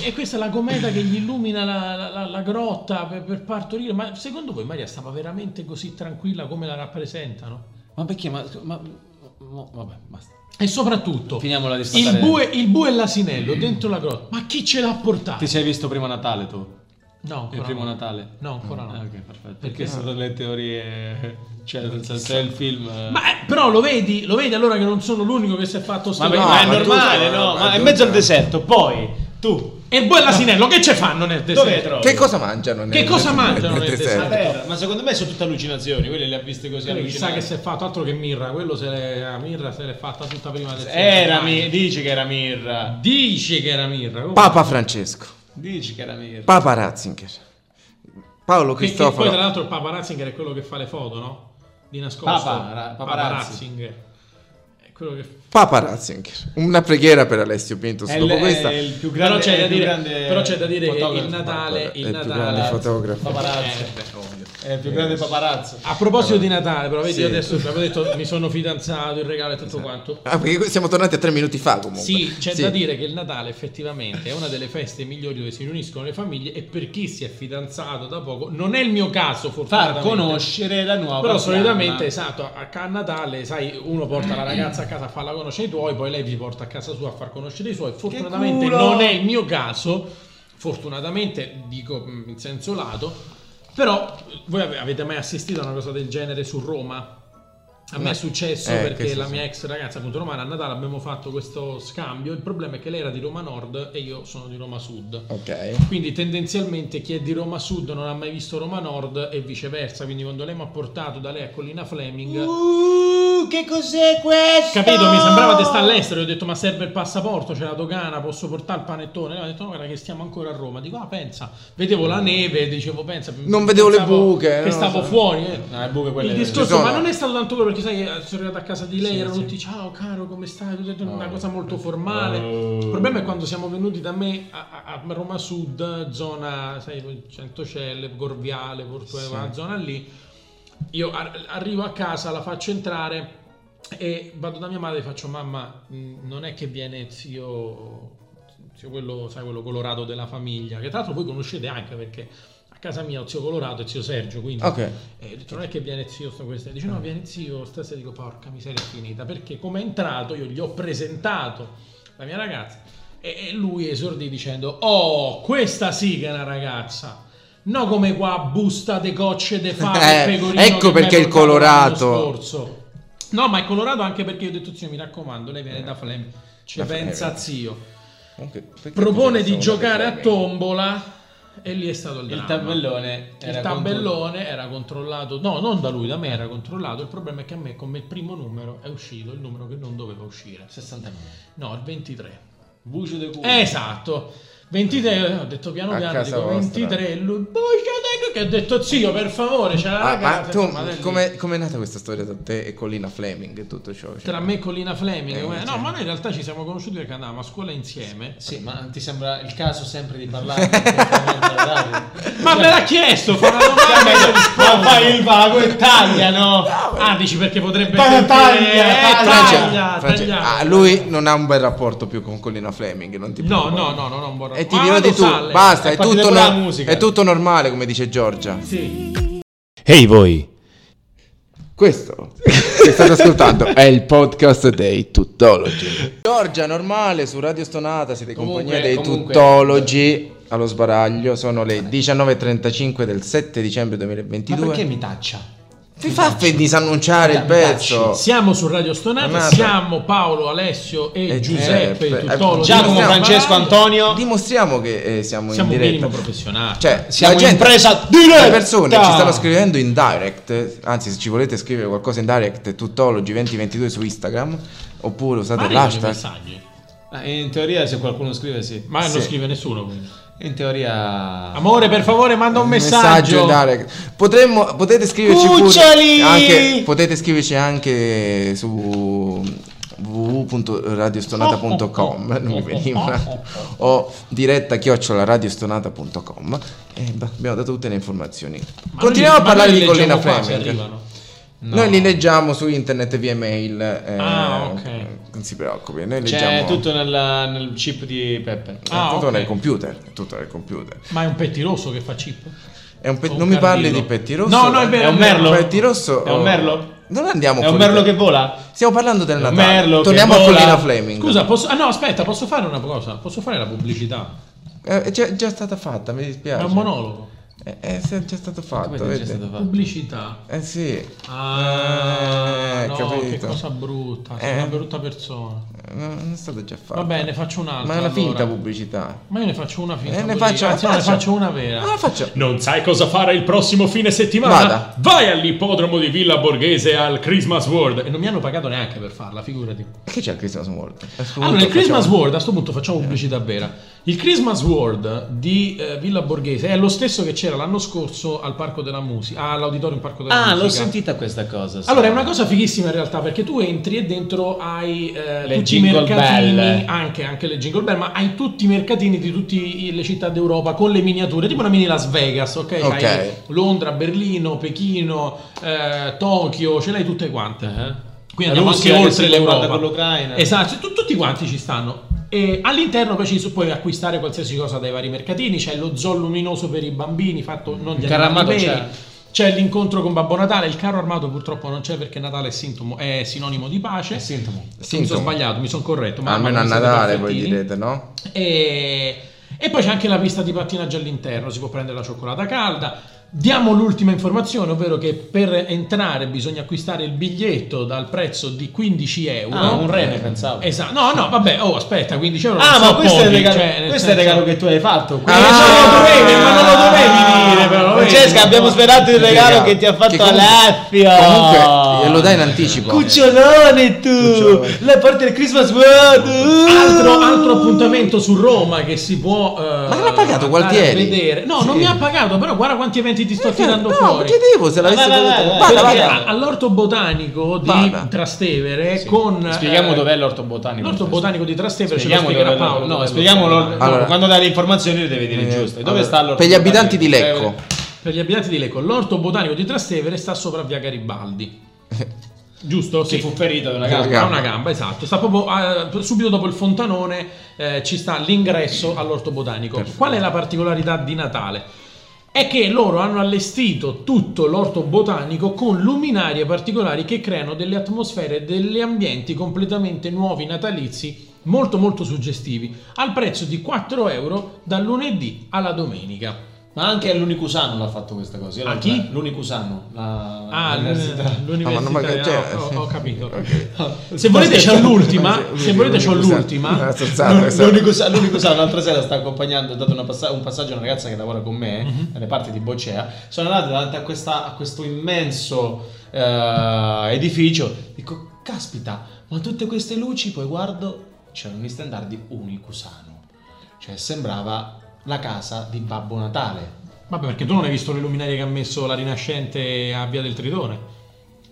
D: E, e questa è la cometa che gli illumina la, la- la- la grotta per, per partorire. Ma secondo voi Maria stava veramente così tranquilla come la rappresentano?
E: Ma perché? Ma, ma- mo- vabbè, basta.
D: E soprattutto,
E: Finiamola di
D: il
E: sfatare.
D: bue, il bue e l'asinello dentro la grotta. Ma chi ce l'ha portato?
E: Ti sei visto prima Natale tu?
D: No, ancora
E: Il primo
D: no.
E: Natale?
D: No, ancora no.
E: Ah, ok, perfetto. Perché sono le teorie. Cioè, nel senso è il film. eh.
D: Ma eh, però lo vedi, lo vedi allora che non sono l'unico che si è fatto
E: Ma
D: sto
E: beh,
B: no,
E: ma è
B: ma tu-
E: normale,
B: no,
E: no?
B: ma
E: Ma è
B: tu-
E: in mezzo al
B: no.
E: deserto. Poi tu.
D: E voi l'asinello che ce fanno nel
E: Dove
D: deserto?
E: trovi?
B: Che cosa mangiano?
D: Che
B: nel-
D: cosa
B: nel-
D: mangiano
B: nel
D: nel
B: deserto?
D: deserto?
E: Vabbè, Eh, ma secondo me sono tutte allucinazioni, quelle le ha viste così
D: Quello Chissà che
E: allucinanti.
D: si è fatto altro che Mirra, quello se l'è, la Mirra se l'è fatta tutta prima del
E: Era
D: Mirra.
E: mi- Eh, dici che era Mirra.
D: Dice che era Mirra. comunque.
B: Papa Francesco,
E: Dici che era Mirra.
B: Papa Ratzinger, Paolo
D: Che, che poi tra
B: Cristoforo.
D: l'altro il Papa Ratzinger è quello che fa le foto, no? Di nascosto.
E: Papa Ra- Papa
D: Ratzinger. È quello che...
B: Papa Ratzinger, una preghiera per Alessio Pinto.
E: È,
B: Ecco, Dopo
E: il-
B: questa,
E: è il più
D: Però
E: grande,
D: c'è da
E: il più
D: dire-
E: grande
D: però c'è da dire che il
E: fotografo.
D: Natale- il
B: è il più
D: Natale-
B: grande fotografo.
E: Paparazzo.
D: Eh, beh, ovvio.
E: È il più grande paparazzo.
D: A proposito di Natale, però vedi
B: Sì.
D: io adesso avevo detto mi sono fidanzato, il regalo e tutto quanto.
B: Ah, perché siamo tornati a tre minuti fa comunque.
D: Sì, c'è da dire che il Natale effettivamente è una delle feste migliori dove si riuniscono le famiglie e per chi si è fidanzato da poco, non è il mio caso
E: Far
D: fortunatamente.
E: conoscere la nuova
D: Però
E: fiamma.
D: solitamente, esatto, a a Natale, sai, uno porta la ragazza a casa a farla conoscere i tuoi, poi lei vi porta a casa sua a far conoscere i suoi. Fortunatamente
E: culo!
D: non è il mio caso, fortunatamente dico mm, in senso lato, però voi ave- avete mai assistito a una cosa del genere su Roma? A me
B: No.
D: è successo
B: Eh, che
D: perché
B: sì,
D: la
B: sì.
D: mia ex ragazza, appunto romana, a Natale abbiamo fatto questo scambio. Il problema è che lei era di Roma Nord e io sono di Roma Sud.
B: Ok.
D: Quindi tendenzialmente chi è di Roma Sud non ha mai visto Roma Nord e viceversa. Quindi quando lei mi ha portato da lei a Collina Fleming,
C: Uh, che cos'è questo?
D: capito? Mi sembrava di stare all'estero. Io ho detto: Ma serve il passaporto? C'è la dogana, posso portare il panettone? Lei ha detto: No, guarda, che stiamo ancora a Roma. Dico, ah, pensa, vedevo la neve, dicevo, pensa.
B: Non vedevo le
D: pensavo
B: buche, non
D: Che
B: lo
D: stavo
B: so.
D: fuori. eh.
E: No, è buco quelle.
D: Il
B: Ci
D: discorso,
B: sono.
D: ma non è stato tanto quello perché sai che sono arrivato a casa di lei,
E: Sì,
D: erano
E: sì.
D: tutti ciao caro, come stai? Tutto- tutto- Una
E: No.
D: cosa molto formale.
E: Oh.
D: Il problema è quando siamo venuti da me a, a- a Roma Sud, zona sai, Centocelle, Gorviale, Portuale, quella zona lì. Io ar- arrivo a casa, la faccio entrare e vado da mia madre e faccio mamma, mh, non è che viene zio, zio quello, sai, quello colorato della famiglia, che tra l'altro voi conoscete anche perché a casa mia ho zio colorato e zio Sergio, quindi
B: Ok.
D: e Eh, ho detto, non è che viene zio sto questo. Dice,
B: Ah.
D: no, viene zio stasera. Dico, porca miseria, è finita. Perché come è entrato io gli ho presentato la mia ragazza e, e lui esordì dicendo, oh, questa sì che è una ragazza. No come qua busta de cocce de fave
B: [laughs] Eh,
D: e pecorino
B: ecco
D: che mi hai
B: perché il
D: portato
B: colorato.
D: l'anno scorso." No, ma è colorato anche perché io ho detto, zio, mi raccomando, lei viene da Flem. Ci
B: Eh. Da Flem. eh,
D: pensa zio.
B: Comunque, perché
D: Propone di
B: pensavo
D: giocare
B: che-
D: a tombola e lì è stato il
E: Il
D: dramma.
E: tabellone. era
D: il tabellone era controllato, no, non da lui, da me era controllato. Il problema è che a me, come primo numero, è uscito il numero che non doveva uscire.
E: contro- 69.
D: No, il 23.
E: Bucio de culo.
D: Esatto. 23, ho detto piano
B: A
D: piano,
B: casa
D: dico
B: vostra.
D: 23, e lui, "Buscia te", che ho detto zio, per favore, c'è la
B: Ah, ma
D: ragazza,
B: tu,
D: insomma, da lì.
B: come, com'è nata questa storia tra te e Collina Fleming e tutto ciò? Cioè,
D: tra me e Colina Fleming,
B: Eh,
D: come-
B: sì.
D: no, ma noi in realtà ci siamo conosciuti perché andavamo a scuola insieme.
E: Sì, ma ti sembra il caso sempre di parlare? Ma
D: Ma me l'ha chiesto, fa una
E: [laughs]
D: domanda.
E: fai il vago e tagliano.
D: Ah, dici perché potrebbe
E: Taglia,
D: sentire-
E: taglia,
D: eh,
B: Francia-
D: taglia,
B: Francia-
D: taglia.
B: Ah, lui non ha un bel rapporto più con Collina Fleming, non ti
D: No,
B: preoccupare.
D: no, no, no, non vorrei.
B: E ti
D: Ma eh,
B: dirò
D: lo
B: di tu,
D: sa lei.
B: basta, è
E: Infatti
B: tutto,
E: devo la
B: no-
E: musica.
B: è tutto normale come dice Giorgia.
D: Sì.
A: Ehi voi!
B: Questo che state ascoltando è il podcast dei tuttologi. Giorgia, normale, su Radio Stonata siete
E: Comunque,
B: compagnia dei
E: comunque-
B: tuttologi allo sbaraglio, sono le 19.35 del 7 dicembre 2022.
E: Ma perché mi taccia?
B: Ti fa fe- disannunciare il
E: Mi
B: pezzo.
D: Siamo su Radio Stonata,
B: Stonata.
D: siamo Paolo, Alessio e,
B: E Giuseppe.
D: Giuseppe, il tuttologo.
B: Eh,
E: Giacomo,
D: Siamo
E: Francesco,
D: Paolo.
E: Antonio.
B: Dimostriamo che eh, siamo,
D: Siamo
B: in
D: un minimo
B: diretta.
D: professionali.
B: Cioè,
E: Siamo
B: la
E: in
B: gente,
E: presa diretta!
B: le persone ci stanno scrivendo in direct. Anzi, se ci volete scrivere qualcosa in direct, tuttologi 2022 su Instagram. Oppure
D: Ma
B: usate
D: arrivano i
B: l'hashtag.
D: messaggi.
E: Ah, In teoria se qualcuno scrive sì.
D: Ma
B: Sì.
D: non scrive nessuno. quindi.
E: In teoria...
D: Amore, per favore, manda un
B: in
D: messaggio.
B: direct. Potremmo, potete scriverci pure-
E: Cuccioli!
B: anche, potete scriverci anche su
D: [laughs]
B: www.radiostonata.com non mi veniva o diretta chiocciola radiostonata.com e beh, abbiamo dato tutte le informazioni
D: Ma
B: continuiamo a
D: noi-
B: parlare
D: ma
B: di
D: noi
B: Collina
D: leggiamo qua se
B: Fleming
D: arrivano.
B: Noi li leggiamo su internet via mail. eh,
E: Ah, ok.
B: Non si preoccupi, noi
E: C'è
B: leggiamo
E: tutto nella- nel chip di Peppe.
B: è
D: Ah,
B: tutto
D: ok.
B: nel computer, è tutto nel computer.
D: Ma è un pettirosso che fa chip.
B: È un pe-
D: O un
B: non mi parli
D: cardillo.
B: di petti rosso.
D: No, no, è vero,
E: È un
D: vero.
E: merlo?
B: Petti rosso.
E: È un
B: oh,
E: merlo?
B: Non andiamo
E: È un
B: fuori
E: merlo
B: te-
E: che vola?
B: Stiamo parlando del
E: un
B: Natale.
E: merlo che
B: Torniamo a
E: vola.
B: Collina Fleming.
D: Scusa, posso... Ah no, aspetta, posso fare una cosa? Posso fare la pubblicità?
B: Eh, è già, già stata fatta, mi dispiace.
D: È un monologo.
B: Eh, eh, sì, è già stato
E: Come
B: fatto.
E: è
B: vedi?
E: già stato fatto?
D: Pubblicità.
B: Eh sì.
D: Ah,
B: Eh,
D: no,
B: capito.
D: che cosa brutta. Sei
B: Eh.
D: una brutta persona.
B: Eh, no, non è stato già fatto.
D: Va bene, ne faccio un'altra.
B: Ma è una
D: allora.
B: finta pubblicità.
D: Ma io ne faccio una finta.
B: Eh, ne
D: così.
B: faccio,
D: Anzi,
B: ne
D: no, ne
B: faccio.
D: faccio una vera.
B: Ma la faccio.
F: Non sai cosa fare il prossimo fine settimana?
B: Vada.
F: Vai all'ippodromo di Villa Borghese al Christmas World.
D: E non mi hanno pagato neanche per farla, figurati.
B: Che c'è il Christmas World? A questo
D: Allora,
B: punto
D: il Christmas
B: facciamo- Eh.
D: World, a questo punto facciamo pubblicità vera. Il Christmas World di eh, Villa Borghese è lo stesso che c'era l'anno scorso al Parco della Musica, all'Auditorium Parco della
C: Ah,
D: Musica.
C: l'ho sentita questa cosa. sì.
D: Allora, è una cosa fighissima in realtà, perché tu entri e dentro hai eh,
C: Le
D: tutti i
C: jingle
D: mercatini,
C: bell.
D: anche, anche le jingle bell, ma hai tutti i mercatini di tutte le città d'Europa con le miniature, tipo una mini Las Vegas, ok?
B: Ok.
D: Hai Londra, Berlino, Pechino, eh, Tokyo, ce l'hai tutte quante. Quindi andiamo
C: Eh. Russia
D: anche
C: che
D: oltre
C: si combatte
D: l'Europa.
C: con l'Ucraina.
D: Esatto, tu- tutti quanti ci stanno. E all'interno poi ci su- puoi acquistare qualsiasi cosa dai vari mercatini, c'è lo zoo luminoso per i bambini, fatto non gli animali
C: caramato
D: veri.
C: c'è.
D: C'è l'incontro con Babbo Natale, il carro armato purtroppo non c'è perché Natale è, sintomo- è sinonimo di pace.
C: Sintomo.
D: Mi sono
B: Sintomo. Ah,
D: sbagliato, mi sono corretto. ma
B: Almeno a Natale voi direte, no?
D: E... e poi c'è anche la pista di pattinaggio all'interno, si può prendere la cioccolata calda. Diamo l'ultima informazione, ovvero che per entrare bisogna acquistare il biglietto dal prezzo di 15 euro.
C: Ah, un
E: eh,
C: rene, pensavo.
D: Esatto, no, no, vabbè, oh, aspetta, 15 euro.
C: Ah,
D: non
C: ma
D: so
C: questo, è il,
D: pochi,
C: regalo,
D: cioè, nel
C: questo è il
D: senso-
C: regalo che tu hai fatto.
B: Ah,
C: Quindi non lo dovevi, ma non lo dovevi dire, però.
D: lo vedi?
C: ah, Francesca, abbiamo svelato il regalo che ti ha fatto
B: Che comunque-
C: Alessio.
B: Comunque, glielo dai in anticipo.
C: Cucciolone tu!
B: Cucciolone.
C: La parte del Christmas World! uh!
D: Altro, altro appuntamento su Roma che si può. eh,
B: Ma l'ha pagato
D: andare
B: Gualtieri? Eh,
D: a vedere. No, non mi ha pagato, però guarda quanti eventi ti sto tirando
B: Cioè, no,
D: fuori.
B: chiedevo se l'avesse
C: Vai, vai,
B: potuto.
C: vai,
B: Vada,
D: Perché
B: vada.
D: a- all'orto botanico di
B: Vada.
D: Trastevere con
E: Spieghiamo
D: eh,
E: dov'è l'orto botanico.
D: l'orto botanico di Trastevere ce lo
E: Spieghiamo
D: spiegherà
E: dov'è l'orto-
D: Paolo
E: no,
D: dov'è
E: spieghiamo
D: l'orto
E: l'orto-
D: botanico.
B: Allora- Eh,
C: No, quando dai le informazioni le devi dire giuste. Dove
B: Allora,
C: sta l'orto?
B: Per gli abitanti di Lecco.
D: per gli abitanti di Lecco l'orto botanico di Trastevere sta sopra
B: [laughs]
D: via Garibaldi
C: Eh,
D: giusto?
E: Sì,
D: Sì.
E: fu ferito da una
B: Sì.
E: gamba.
D: Ha una gamba, esatto. Sta proprio eh, subito dopo il fontanone eh, ci sta l'ingresso all'orto botanico. Qual è la particolarità di Natale? È che loro hanno allestito tutto l'orto botanico con luminarie particolari che creano delle atmosfere, degli ambienti completamente nuovi natalizi, molto molto suggestivi, al prezzo di 4 euro dal lunedì alla domenica.
C: Ma anche l'Unicusano l'ha fatto questa cosa. Io
D: A
C: l'ho-
D: chi?
C: L'Unicusano. La...
D: Ah,
C: l'università.
D: l'università.
B: Ah, ma non mi-
D: l'università,
B: cioè-
D: no, ho, ho
B: [laughs]
D: capito.
B: Ok.
D: Se volete c'ho l'ultima,
B: [laughs] Sì,
D: se volete c'ho
B: l'unica-
D: l'ultima.
B: Una sozzata, questa-
C: L'unicusa- L'Unicusano l'altra sera sta accompagnando, ho dato una passa- un passaggio a una ragazza che lavora con me nelle parti di Boccea. Sono andato davanti a, questa- a questo immenso eh, edificio. Dico, caspita, ma tutte queste luci, poi guardo, c'erano gli standard di Unicusano. Cioè sembrava la casa di Babbo Natale.
D: Vabbè, perché tu non hai visto le luminarie che ha messo la rinascente a Via del Tritone?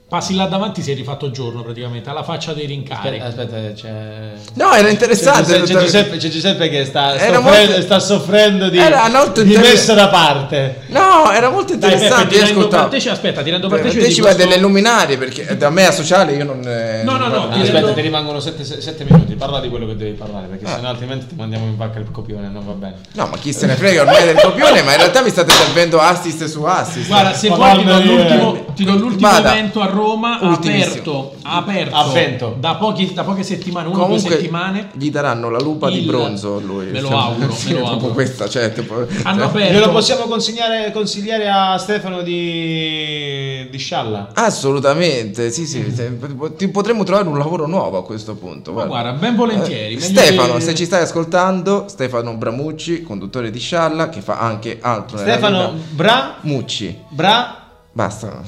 D: Passi là davanti, si è rifatto giorno praticamente, alla faccia dei rincari.
C: Aspetta, aspetta, c'è...
B: No, era
C: C'è,
B: interessante.
C: Giuseppe, c'è
B: dottor-
C: Giuseppe- c'è Giuseppe che sta,
B: Esatto, Era
C: soffrendo,
B: molto-
C: sta soffrendo di,
B: Era molto
C: di
B: inter-
C: messa da parte.
B: No, era molto
D: Dai, Peppe,
B: interessante.
D: ti
B: Io
D: rendo
B: ascoltavo. Eh,
D: partecipe, aspetta, ti rendo partecipe di
B: Partecipa
D: questo-
B: delle luminarie perché da me a sociale io non. eh,
D: No, no, no,
B: guardo.
D: ti
C: Aspetta,
D: rendo-
C: ti rimangono 7 minuti. Parla di quello che devi parlare, perché sennò altrimenti ti mandiamo in vacca il copione, non va bene.
B: No, ma chi se ne frega ormai del copione, ma in realtà mi state servendo assist su assist.
D: Guarda, se
C: Ma
D: vuoi ti do
C: guarda,
D: l'ultimo, ti do l'ultimo
B: Vada.
D: evento a Roma, ha
B: Ultimissimo.
D: aperto, ha aperto
C: Avvento.
D: da, pochi- da poche settimane, una o due
B: Comunque
D: settimane.
B: gli daranno la lupa di
D: il-
B: bronzo a lui.
D: Me lo
B: Cioè,
D: auguro,
B: sì,
D: me lo
B: dopo
D: auguro.
B: questa, cioè, tipo-
D: Hanno
B: cioè-
D: aperto
C: Glielo possiamo consigliare, consigliare a Stefano di, di Scialla.
B: Assolutamente, sì, sì, se- ti potremmo trovare un lavoro nuovo a questo punto.
D: Ma
B: guarda.
D: guarda, ben volentieri.
B: Eh,
D: meglio
B: Stefano,
D: che-
B: se ci stai ascoltando, Stefano Bramucci, conduttore di Scialla, che fa anche altro nella
C: Stefano,
B: vita.
C: bra,
B: Mucci,
C: bra,
B: basta,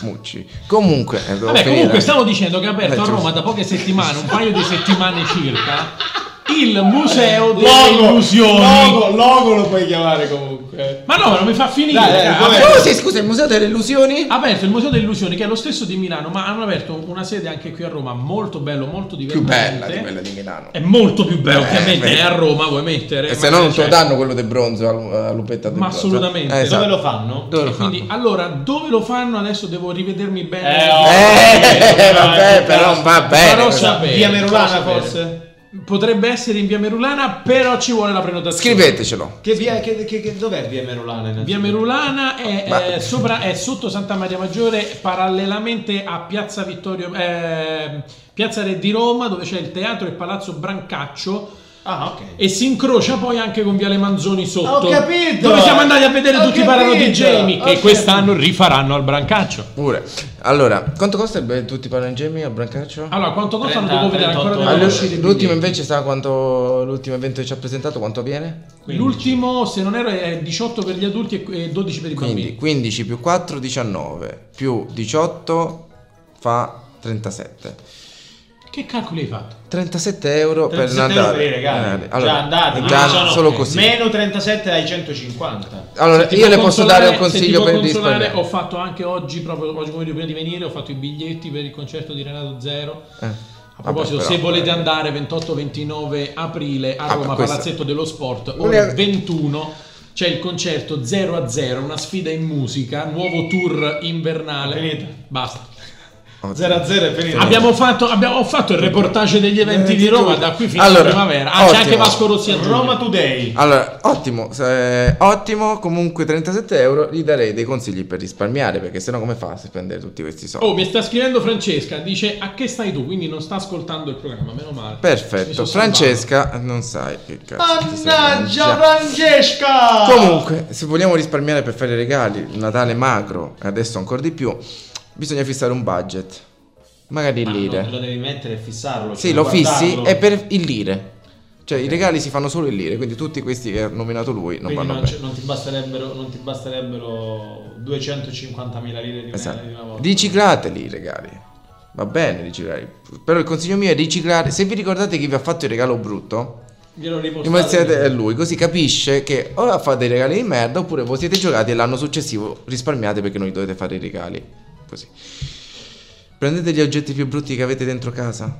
B: Mucci. Comunque, eh, devo
D: Vabbè,
B: finire.
D: comunque stavo dicendo che ha aperto
B: Eh,
D: a
B: giusto.
D: Roma da poche settimane, un paio di settimane circa, il museo delle
C: Logo,
D: illusioni.
C: logo, logo lo puoi chiamare comunque.
D: Ma no, ma non mi fa finire.
C: Dai,
B: Eh,
C: dai,
D: Ha
C: vabbè.
D: aperto-
B: Come si scusa, il museo delle illusioni?
D: ha aperto il Museo delle Illusioni, che è lo stesso di Milano, ma hanno aperto una sede anche qui a Roma, molto bello, molto
B: Più
D: divertente.
B: bella di quella di Milano.
D: È molto più bella,
B: Eh,
D: ovviamente.
B: beh.
D: È a Roma, vuoi mettere.
B: E
D: ma
B: se no non te
D: cioè,
B: lo danno quello del bronzo al- alla lupetta del
D: Ma
B: bronzo.
D: assolutamente.
B: Eh, esatto.
C: Dove lo fanno?
B: Dove lo
D: e quindi,
B: fanno?
D: allora, dove lo fanno adesso? Devo rivedermi bene.
C: Eh, oh,
B: Eh, vabbè, però non va bene.
D: Però
B: questa-
D: sapere,
C: Via Merulana
D: però sapere.
C: forse?
B: Eh.
D: Potrebbe essere in via Merulana, però ci vuole la prenotazione.
B: Scrivetecelo.
C: Che via, che, che, che- dov'è Via Merulana? innanzitutto?
D: Via Merulana è,
B: Ma-
D: eh, sopra- è sotto Santa Maria Maggiore, parallelamente a Piazza Vittorio, eh, Piazza Re di Roma, dove c'è il teatro e il Palazzo Brancaccio.
C: Ah, ok.
D: E si incrocia poi anche con Viale Manzoni sotto.
C: Ho capito!
D: Dove siamo andati a vedere
C: Ho
D: tutti i parodi di
C: capito!
D: Jamie,
C: Ho
D: che
C: capito.
D: quest'anno rifaranno al Brancaccio.
B: Pure. Allora, quanto costa il be- tutti i palangemi al brancaccio?
D: Allora, quanto costa? Non
C: 30,
D: devo vedere ancora
C: 38.
D: delle
B: Ah, l'u-
C: Allora,
D: uscite.
B: l'ultimo invece sa quanto l'ultimo evento che ci ha presentato quanto viene?
D: L'ultimo, se non erro, è 18 per gli adulti e e 12 per i
B: Quindi
D: bambini.
B: 15 più 4 19 più 18 fa 37.
D: Che calcoli hai fatto?
B: 37 euro per
C: 37 euro
B: andare.
C: per i regali.
B: Eh, allora,
C: già andati,
B: già
C: quindi sono
B: solo così.
C: Meno 37 dai 150.
B: Allora,
D: Se ti
B: io
D: può
B: le posso
D: consolare-
B: dare un
D: se ti
B: consiglio
D: può
B: per
D: consolare,
B: risparmiare.
D: Ho fatto anche oggi, proprio oggi pomeriggio prima di venire, ho fatto i biglietti per il concerto di Renato Zero.
B: Eh.
D: A proposito,
B: Vabbè,
D: se
B: però,
D: volete
B: eh.
D: andare 28-29 aprile a
B: Ah,
D: Roma,
B: questo-
D: Palazzetto dello Sport,
B: Volevo-
D: ore 21 c'è il concerto 0 a 0, una sfida in musica, nuovo tour invernale.
C: Finita.
D: Basta.
B: Ottimo.
C: 0 a 0 è finito.
D: Abbiamo fatto, abbiamo ho fatto il reportage degli eventi di Roma da qui fino
B: Allora,
D: alla primavera. Ah, c'è
B: ottimo.
D: anche Vasco Rossi a Roma.
C: Roma Today.
B: Allora, ottimo, se- ottimo, comunque 37 euro gli darei dei consigli per risparmiare, perché sennò come fa a spendere tutti questi soldi?
D: Oh, mi sta scrivendo Francesca, dice a che stai tu? Quindi non sta ascoltando il programma, meno male. Mi
B: Perfetto,
D: sono salvato.
B: Francesca non sai che cazzo. ti sei
C: Mannaggia
B: mangiato.
C: Francesca!
B: Comunque, se vogliamo risparmiare per fare i regali, il Natale magro, e adesso ancora di più, bisogna fissare un budget. Magari in
C: Ma
B: lire.
C: non Lo devi mettere e fissarlo.
B: Sì,
C: cioè,
B: lo fissi
C: guardarlo.
B: è per il lire. Cioè, i regali si fanno solo in lire, quindi tutti questi che ha nominato lui non
C: Quindi
B: vanno
C: non,
B: bene.
C: c'è- non ti basterebbero, non ti basterebbero 250.000 lire di una, di una
B: Esatto.
C: volta.
B: Riciclateli i regali. Va bene riciclare. Però il consiglio mio è riciclare. Se vi ricordate chi vi ha fatto il regalo brutto,
C: Glielo
B: rimbalziate a
C: ripostate.
B: lui, così capisce che o fa dei regali di merda oppure voi siete giocati e l'anno successivo risparmiate perché non gli dovete fare i regali. Così. Prendete gli oggetti più brutti che avete dentro casa.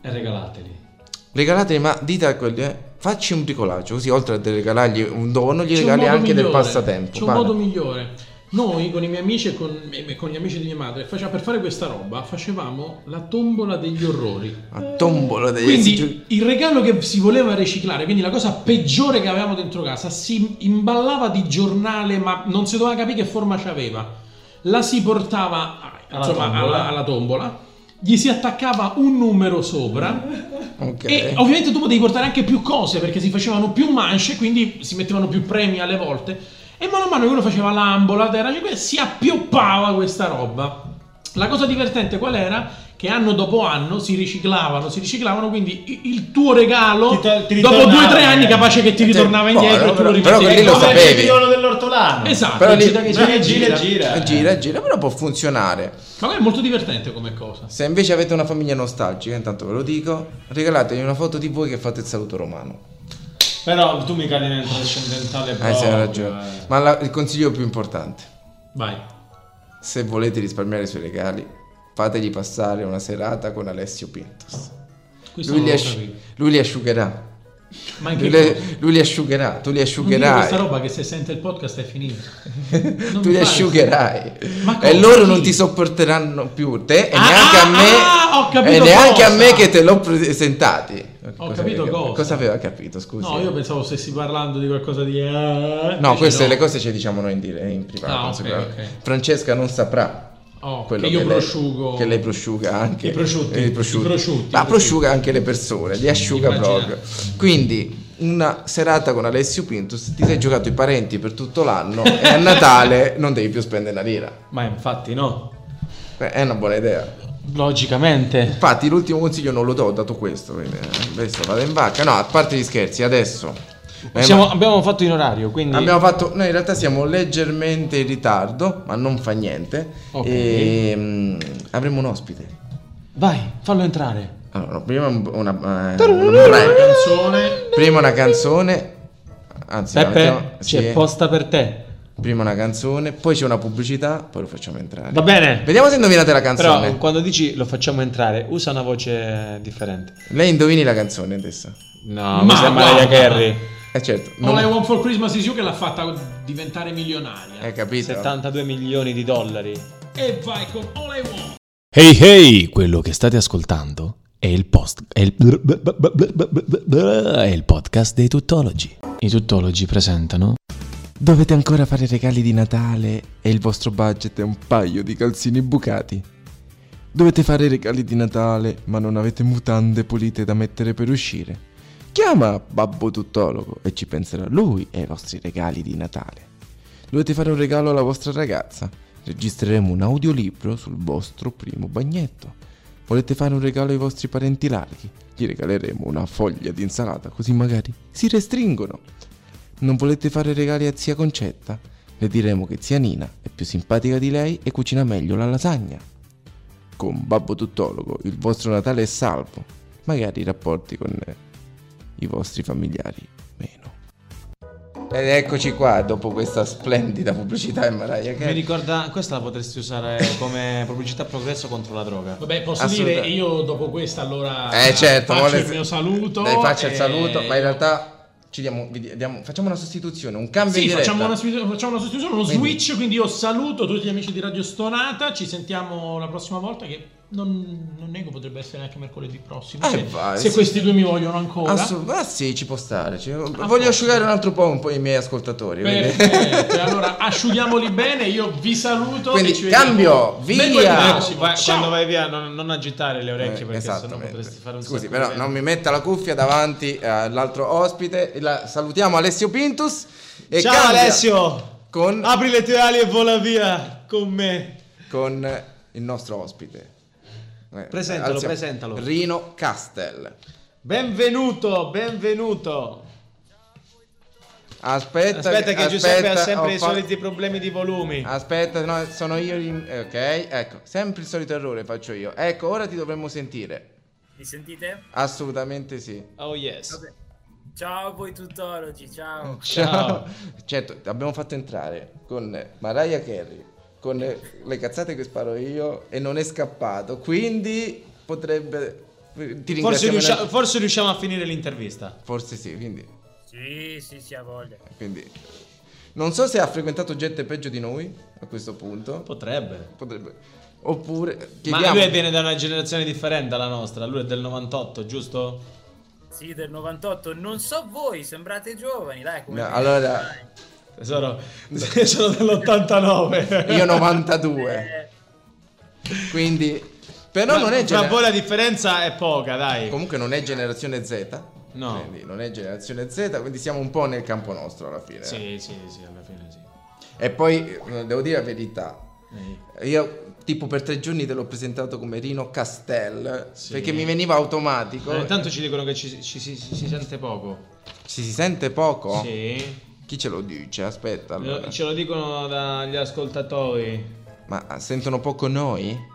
C: E regalateli.
B: Eh, Regalateli, ma dite a quelli, eh, facci un bricolage, così oltre a regalargli un dono, gli
D: C'è un
B: regali
D: modo
B: anche del
D: migliore,
B: passatempo.
D: C'è un
B: Vale.
D: modo migliore. Noi con i miei amici e con, e con gli amici di mia madre, faceva- per fare questa roba, facevamo la tombola degli orrori.
B: A tombola degli cioè,
D: Quindi il regalo che si voleva riciclare, quindi la cosa peggiore che avevamo dentro casa, si imballava di giornale, ma non si doveva capire che forma c'aveva. La si portava a-
C: Alla
D: insomma, alla,
C: tombola.
D: alla tombola, gli si attaccava un numero sopra.
B: Ok.
D: E ovviamente tu potevi portare anche più cose perché si facevano più manche, quindi si mettevano più premi alle volte. E mano a mano che uno faceva l'ambola, la terra, cioè, si appioppava questa roba. La cosa divertente qual era? Che anno dopo anno si riciclavano, si riciclavano, quindi i- il tuo regalo,
C: Ti to- ti
D: dopo
C: ritornava,
D: due o tre anni,
C: eh.
D: capace che ti ritornava
B: poi,
D: indietro e tu lo
B: cioè, però- però
D: ripetevi.
B: quelli lo
C: Come il
B: sapevi.
C: giriolo dell'ortolano.
D: Esatto,
B: Però lì-
D: gira che gira,
C: Gira, gira,
D: gira.
C: gira.
B: Eh, Gira, gira, però può funzionare.
D: Ma quello è molto divertente come cosa.
B: Se invece avete una famiglia nostalgica, intanto ve lo dico, regalategli una foto di voi che fate il saluto romano.
C: Però tu mi cadi nel trascendentale
B: Eh,
C: proprio.
B: sì, hai ragione.
C: eh.
B: Ma la- il consiglio più importante,
D: Vai.
B: se volete risparmiare sui regali, fategli passare una serata con Alessio Pintos.
D: Questo
B: Lui li,
D: non lo
B: asci-
D: capivo.
B: lui li asciugherà.
D: Ma in
B: Lui
D: che
B: li, lui li asciugherà, tu li
D: Non dire
B: asciugherai.
D: questa roba che se sente il podcast
B: [laughs]
D: è finita. Non
B: Tu
D: mi
B: li
D: fai-
B: asciugherai.
D: Ma
B: E
D: cosa
B: loro non
D: dici?
B: ti sopporteranno più te e
D: Ah,
B: neanche a me.
D: ah, ho capito
B: e neanche
D: cosa.
B: a me che te l'ho presentati.
D: Ho capito
B: aveva-
D: cosa.
B: Cosa aveva capito, scusa.
D: No, io pensavo stessi parlando di qualcosa di. eh,
B: No, queste
D: le
B: le cose ce le diciamo noi in, dire, in privato.
D: Ah,
B: non
D: ok,
B: so cosa.
D: ok.
B: Francesca non saprà
D: Oh,
B: quello
D: che io
B: lei-
D: prosciugo.
B: che lei prosciuga anche
D: I prosciutti,
B: eh, i prosciutti.
D: i prosciutti,
B: ma
D: i prosciutti.
B: prosciuga anche le persone, li asciuga
D: Immaginate.
B: proprio. Quindi una serata con Alessio Pintus ti sei giocato i parenti per tutto l'anno e a
D: [laughs]
B: Natale non devi più spendere una lira.
C: Ma infatti no.
B: Beh, È una buona idea.
C: Logicamente.
B: Infatti l'ultimo consiglio non lo do, ho dato questo, quindi eh, questo vada in vacca. No, a parte gli scherzi, adesso eh,
C: Siamo- abbiamo fatto in orario, quindi...
B: Abbiamo fatto, noi in realtà siamo leggermente in ritardo, ma non fa niente. E, mm, avremo un ospite.
C: Vai, fallo entrare.
B: Allora, prima un- una, eh, un break.
D: Canzone.
B: prima una canzone. Anzi, la mettiamo-
C: Peppe,
B: sì.
C: c'è posta per te.
B: prima una canzone, poi c'è una pubblicità, poi lo facciamo entrare.
C: Va bene.
B: Vediamo se indovinate la
C: Però
B: canzone.
C: quando dici lo facciamo entrare, usa una voce differente.
B: Lei indovini la canzone adesso.
C: No,
D: Ma
C: mi sembra
D: guarda.
C: Mariah Carey.
B: Eh certo,
D: All I
B: non...
D: Want for Christmas is You che l'ha fatta diventare milionaria.
B: Hai capito?
C: 72 milioni di dollari.
D: E vai con All I Want.
A: Hey hey, quello che state ascoltando è il post è il, è il podcast dei tuttologi. I tuttologi presentano
B: Dovete ancora fare regali di Natale e il vostro budget è un paio di calzini bucati. Dovete fare regali di Natale ma non avete mutande pulite da mettere per uscire. Chiama Babbo Tuttologo e ci penserà lui ai vostri regali di Natale. Dovete fare un regalo alla vostra ragazza. Registreremo un audiolibro sul vostro primo bagnetto. Volete fare un regalo ai vostri parenti larghi? Gli regaleremo una foglia di insalata così magari si restringono. Non volete fare regali a zia Concetta? Le diremo che zia Nina è più simpatica di lei e cucina meglio la lasagna. Con Babbo Tuttologo il vostro Natale è salvo, magari i rapporti con eh, i vostri familiari meno. Ed eccoci qua dopo questa splendida pubblicità in Mariah
C: Mi ricorda, questa la potresti usare come pubblicità progresso contro la droga.
D: Vabbè, posso
B: Assolutamente.
D: dire io dopo questa allora
B: Eh certo,
D: faccio
B: vuole-
D: il mio saluto.
B: Dai, faccia il
D: e-
B: saluto, ma in realtà ci diamo, vi diamo- facciamo una sostituzione, un cambio
D: Sì,
B: di diretta.
D: facciamo una, sostitu- facciamo una sostituzione, uno
B: Quindi-
D: switch, quindi io saluto tutti gli amici di Radio Stonata, ci sentiamo la prossima volta che non, non nego potrebbe essere anche mercoledì prossimo,
B: Eh,
D: se,
B: vai,
D: se
B: sì.
D: questi due mi vogliono ancora.
B: Assu- ah sì, ci può stare.
C: Ah,
B: ci- voglio
D: posto.
B: asciugare un altro po' un po' i miei ascoltatori. quindi- [laughs]
D: Perfetto, e allora asciughiamoli bene, io vi saluto.
B: Quindi
D: e ci vediamo
B: cambio, via!
D: mercoledì
B: Ah,
C: Vai-
D: prossimo.
C: vai-
D: Ciao!
C: quando vai via non, non agitare le orecchie
B: Eh,
C: perché sennò
B: esattamente.
C: potresti fare un
B: Scusi,
C: sacco
B: però
C: di-
B: non mi metta la cuffia davanti eh, all'altro ospite. La- salutiamo Alessio Pintus. E
C: Ciao
B: cambia
C: Alessio!
B: Con,
C: Apri le tue ali e vola via con me.
B: con, eh, il nostro ospite. Eh,
C: Presentalo, presentalo.
B: Rino Castel.
C: Benvenuto, benvenuto.
B: Aspetta,
C: Aspetta che Giuseppe ha
B: aspetta,
C: sempre
B: ho
C: i
B: fa-
C: soliti problemi di volumi.
B: Aspetta, no, sono io. in- eh, Ok, ecco, sempre il solito errore faccio io. Ecco, ora ti dovremmo sentire.
G: Mi sentite?
B: Assolutamente sì.
C: Oh yes.
G: Vabbè. Ciao a voi tuttologi,
B: Mm.
G: ciao.
C: Ciao.
B: Certo, abbiamo fatto entrare con Mariah Carey, con le cazzate che sparo io e non è scappato, quindi potrebbe... Ti
C: Forse,
B: ringraziamo
C: riuscia-
B: in-
C: forse riusciamo a finire l'intervista.
B: Forse sì, quindi,
G: Sì, sì, sì, a voglia.
B: quindi... Non so se ha frequentato gente peggio di noi a questo punto,
C: Potrebbe.
B: potrebbe... Oppure...
C: Ma
B: Chiediamo...
C: lui viene da una generazione differente alla nostra, lui è del 98, giusto?
G: Sì, del 98. Non so voi, sembrate giovani, dai. Come
B: No,
G: me.
B: allora,
C: Tesoro, [laughs] sono dell'89.
B: io 92,
G: Eh,
B: quindi... Però non è...
C: Tra
B: gener-
C: voi la differenza è poca, dai.
B: Comunque non è generazione Z.
C: No.
B: Quindi non è generazione Z, quindi siamo un po' nel campo nostro alla fine.
C: Sì, sì, sì, alla fine sì.
B: E poi eh, devo dire la verità.
C: Eh,
B: Io tipo per tre giorni te l'ho presentato come Rino Castel
C: Sì.
B: perché mi veniva automatico.
C: Eh, Intanto ci dicono che ci, ci- si- si sente poco.
B: Ci si sente
C: Oh.
B: poco?
C: Sì. Eh, cioè
B: Chi ce lo dice? Aspetta. allora.
C: Lo- Ce lo dicono dagli ascoltatori.
B: Ma ah, sentono poco noi?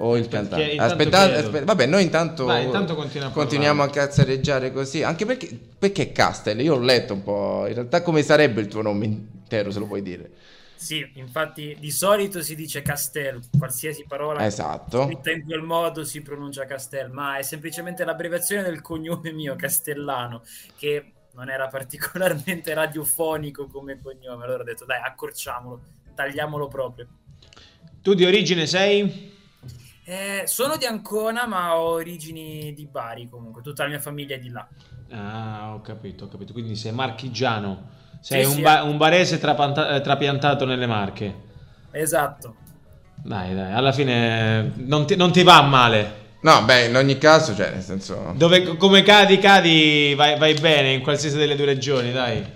B: O il
C: Eh, Perché
B: cantante?
C: intanto
B: Aspettate,
C: chiedo.
B: aspetta- vabbè, noi intanto,
C: Vai, intanto continua a
B: continuiamo a cazzareggiare così. Anche perché, perché Castel? Io ho letto un po'. In realtà, come sarebbe il tuo nome intero, se lo puoi dire?
G: sì, infatti di solito si dice Castel, qualsiasi parola
B: Esatto.
G: scritta in quel modo si pronuncia Castel, ma è semplicemente l'abbreviazione del cognome mio, Castellano, che non era particolarmente [laughs] radiofonico come cognome. Allora ho detto, dai, accorciamolo, tagliamolo proprio.
C: Tu di origine sei?
G: Eh, sono di Ancona, ma ho origini di Bari comunque, tutta la mia famiglia è di là.
C: Ah, ho capito, ho capito. Quindi sei marchigiano. Sei
G: Sì,
C: un,
G: sì,
C: ba-
G: eh.
C: un barese trapanta- eh, trapiantato nelle marche.
G: Esatto.
C: Dai, dai, alla fine eh, non ti, non ti va male.
B: No, beh, in ogni caso, cioè, nel senso.
C: Dove, come cadi, cadi, vai, vai bene in qualsiasi delle due regioni, dai. Eh,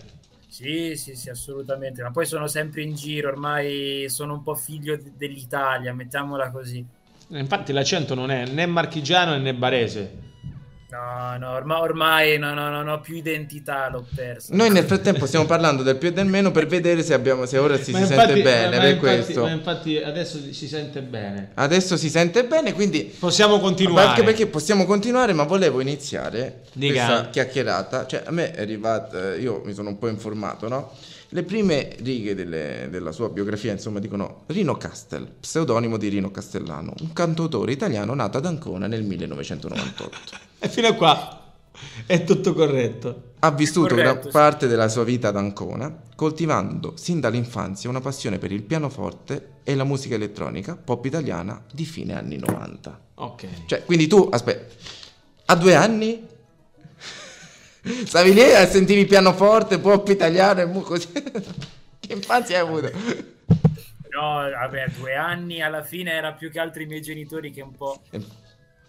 G: Sì, sì, sì, assolutamente. Ma poi sono sempre in giro, ormai sono un po' figlio de- dell'Italia, mettiamola così.
C: Infatti l'accento non è né marchigiano né barese.
G: No, no, orma- ormai no, no, no, no, più identità l'ho persa.
B: Noi nel frattempo stiamo parlando del più e del meno per vedere se, abbiamo, se ora si,
C: Ma
B: si
C: infatti-
B: sente bene.
C: ma
B: per
C: infatti-
B: questo.
C: Ma infatti adesso si sente bene.
B: Adesso si sente bene, quindi
C: Possiamo
B: Ma
C: continuare.
B: anche perché possiamo continuare, ma volevo iniziare
C: Dica.
B: questa chiacchierata. Cioè, a me è arrivata, eh, io mi sono un po' informato, no? Le prime righe delle- della sua biografia, insomma, dicono Rino Castel, pseudonimo di Rino Castellano, un cantautore italiano nato ad Ancona nel 1998.
C: E fino a qua è tutto corretto.
B: Ha vissuto
G: Corretto,
B: gran
G: sì.
B: parte della sua vita ad Ancona, coltivando sin dall'infanzia una passione per il pianoforte e la musica elettronica pop italiana di fine anni 90.
C: Ok.
B: Cioè, quindi tu, aspetta, a due anni [laughs] stavi lì e sentivi pianoforte, pop italiano e mu- così. [laughs] che infanzia hai avuto?
G: No, vabbè, due anni alla fine era più che altro i miei genitori che un po'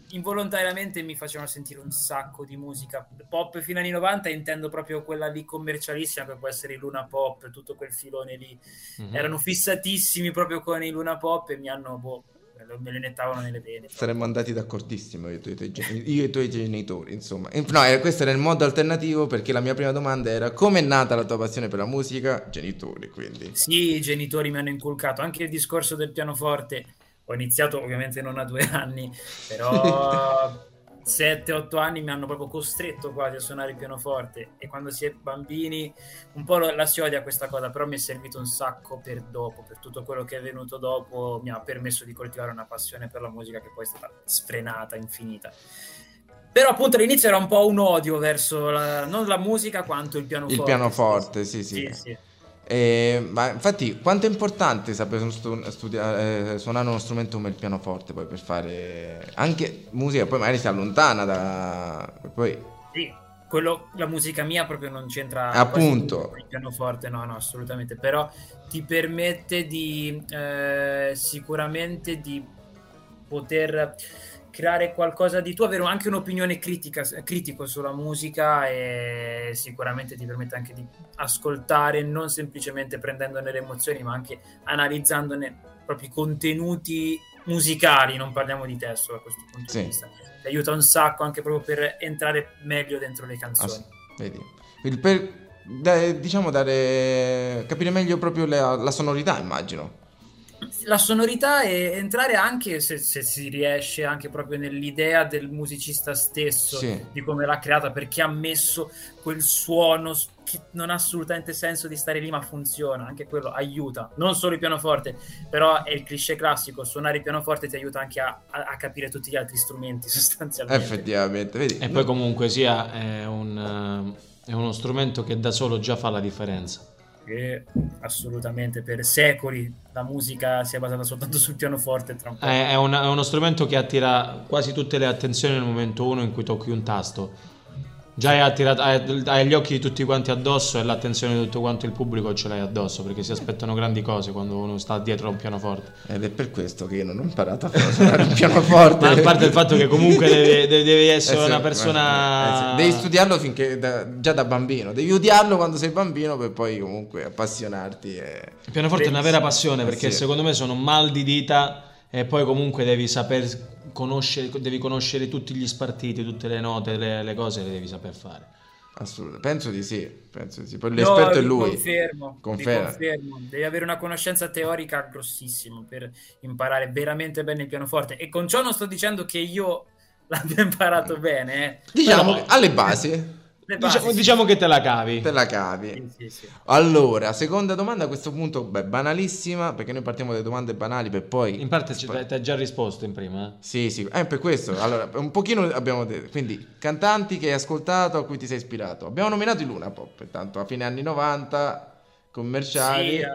G: involontariamente mi facevano sentire un sacco di musica pop fino agli anni 90 intendo proprio quella lì commercialissima che può essere i Luna Pop tutto quel filone lì
C: Mhm.
G: erano fissatissimi proprio con i Luna Pop e mi hanno boh, me lo- me lo inettavano nelle vene
B: Saremmo andati d'accordissimo io e, i tuoi gen- io e i tuoi genitori, insomma. E- No, eh, questo era il modo alternativo perché la mia prima domanda era come è nata la tua passione per la musica? Genitori, quindi.
G: Sì, i genitori mi hanno inculcato anche il discorso del pianoforte. Ho iniziato ovviamente non a due [laughs] anni,
B: [laughs]
G: però 7-8 anni mi hanno proprio costretto quasi a suonare il pianoforte e quando si è bambini un po' lo- la si odia questa cosa, però mi è servito un sacco per dopo, per tutto quello che è venuto dopo, mi ha permesso di coltivare una passione per la musica che poi è stata sfrenata, infinita. Però appunto all'inizio era un po' un odio verso la- non la musica quanto il pianoforte.
B: pianoforte, sì, sì.
G: sì.
B: Eh, ma infatti, quanto è importante sapere stu- studia- eh, suonare uno strumento come il pianoforte poi per fare anche musica, poi magari si allontana da... Poi
G: Sì, quello, la musica mia proprio non c'entra
B: Appunto.
G: quasi nulla con il pianoforte, no, no, assolutamente, però ti permette di eh, sicuramente di poter creare qualcosa di tuo, avere anche un'opinione critica, critico sulla musica e sicuramente ti permette anche di ascoltare non semplicemente prendendone le emozioni, ma anche analizzandone proprio i contenuti musicali, non parliamo di testo da questo punto
B: Sì.
G: di vista ti aiuta un sacco anche proprio per entrare meglio dentro le
B: Ass-
G: canzoni.
B: vedi. Il- per da- diciamo dare capire meglio proprio la, la sonorità, immagino.
G: La sonorità e entrare anche, se, se si riesce, anche proprio nell'idea del musicista stesso,
B: Sì.
G: di come l'ha creata, perché ha messo quel suono s- che non ha assolutamente senso di stare lì, ma funziona, anche quello aiuta, non solo il pianoforte, però è il cliché classico, suonare il pianoforte ti aiuta anche a, a- a capire tutti gli altri strumenti [laughs] sostanzialmente.
B: Effettivamente, vedi.
C: E poi comunque sia è, un, eh, è uno strumento che da solo già fa la differenza.
G: Che assolutamente per secoli la musica si è basata soltanto sul pianoforte tra un po'.
C: È, è un- è uno strumento che attira quasi tutte le attenzioni nel momento uno in cui tocchi un tasto. Già hai, attirato, hai, hai gli occhi di tutti quanti addosso e l'attenzione di tutto quanto il pubblico ce l'hai addosso perché si aspettano grandi cose quando uno sta dietro a un pianoforte.
B: Ed è per questo che io non ho imparato a suonare il pianoforte.
C: Ma a parte
B: [laughs]
C: il fatto che comunque devi, devi- devi essere
B: Eh sì,
C: una
B: eh
C: persona.
B: sì. Devi studiarlo finché da- già da bambino, devi odiarlo quando sei bambino per poi comunque appassionarti. eh, E...
C: Il pianoforte è una vera passione
B: Eh
C: perché
B: sì.
C: secondo me sono mal di dita e poi comunque devi saper conoscere, devi conoscere tutti gli spartiti, tutte le note, le, le cose le devi saper fare.
B: Assolutamente, penso di sì, penso di sì. Poi
G: No,
B: l'esperto è
G: vi
B: lui.
G: Confermo, vi
B: Conferma.
G: confermo. Devi avere una conoscenza teorica grossissima per imparare veramente bene il pianoforte. E con ciò non sto dicendo che io [laughs] l'abbia imparato bene. eh.
B: Diciamo
G: Però-
B: che alle basi
G: Le basi,
C: Diciamo,
G: sì,
C: diciamo che te la cavi.
B: te la cavi.
G: sì, sì, sì.
B: Allora, seconda domanda a questo punto, beh, banalissima, perché noi partiamo da domande banali per poi...
C: In parte ci- ti hai già risposto in prima. eh.
B: Sì, sì, eh, per questo, allora, un pochino abbiamo detto, quindi, cantanti che hai ascoltato, a cui ti sei ispirato. Abbiamo nominato i Luna Pop, intanto, a fine anni 90, commerciali.
G: Sì, eh,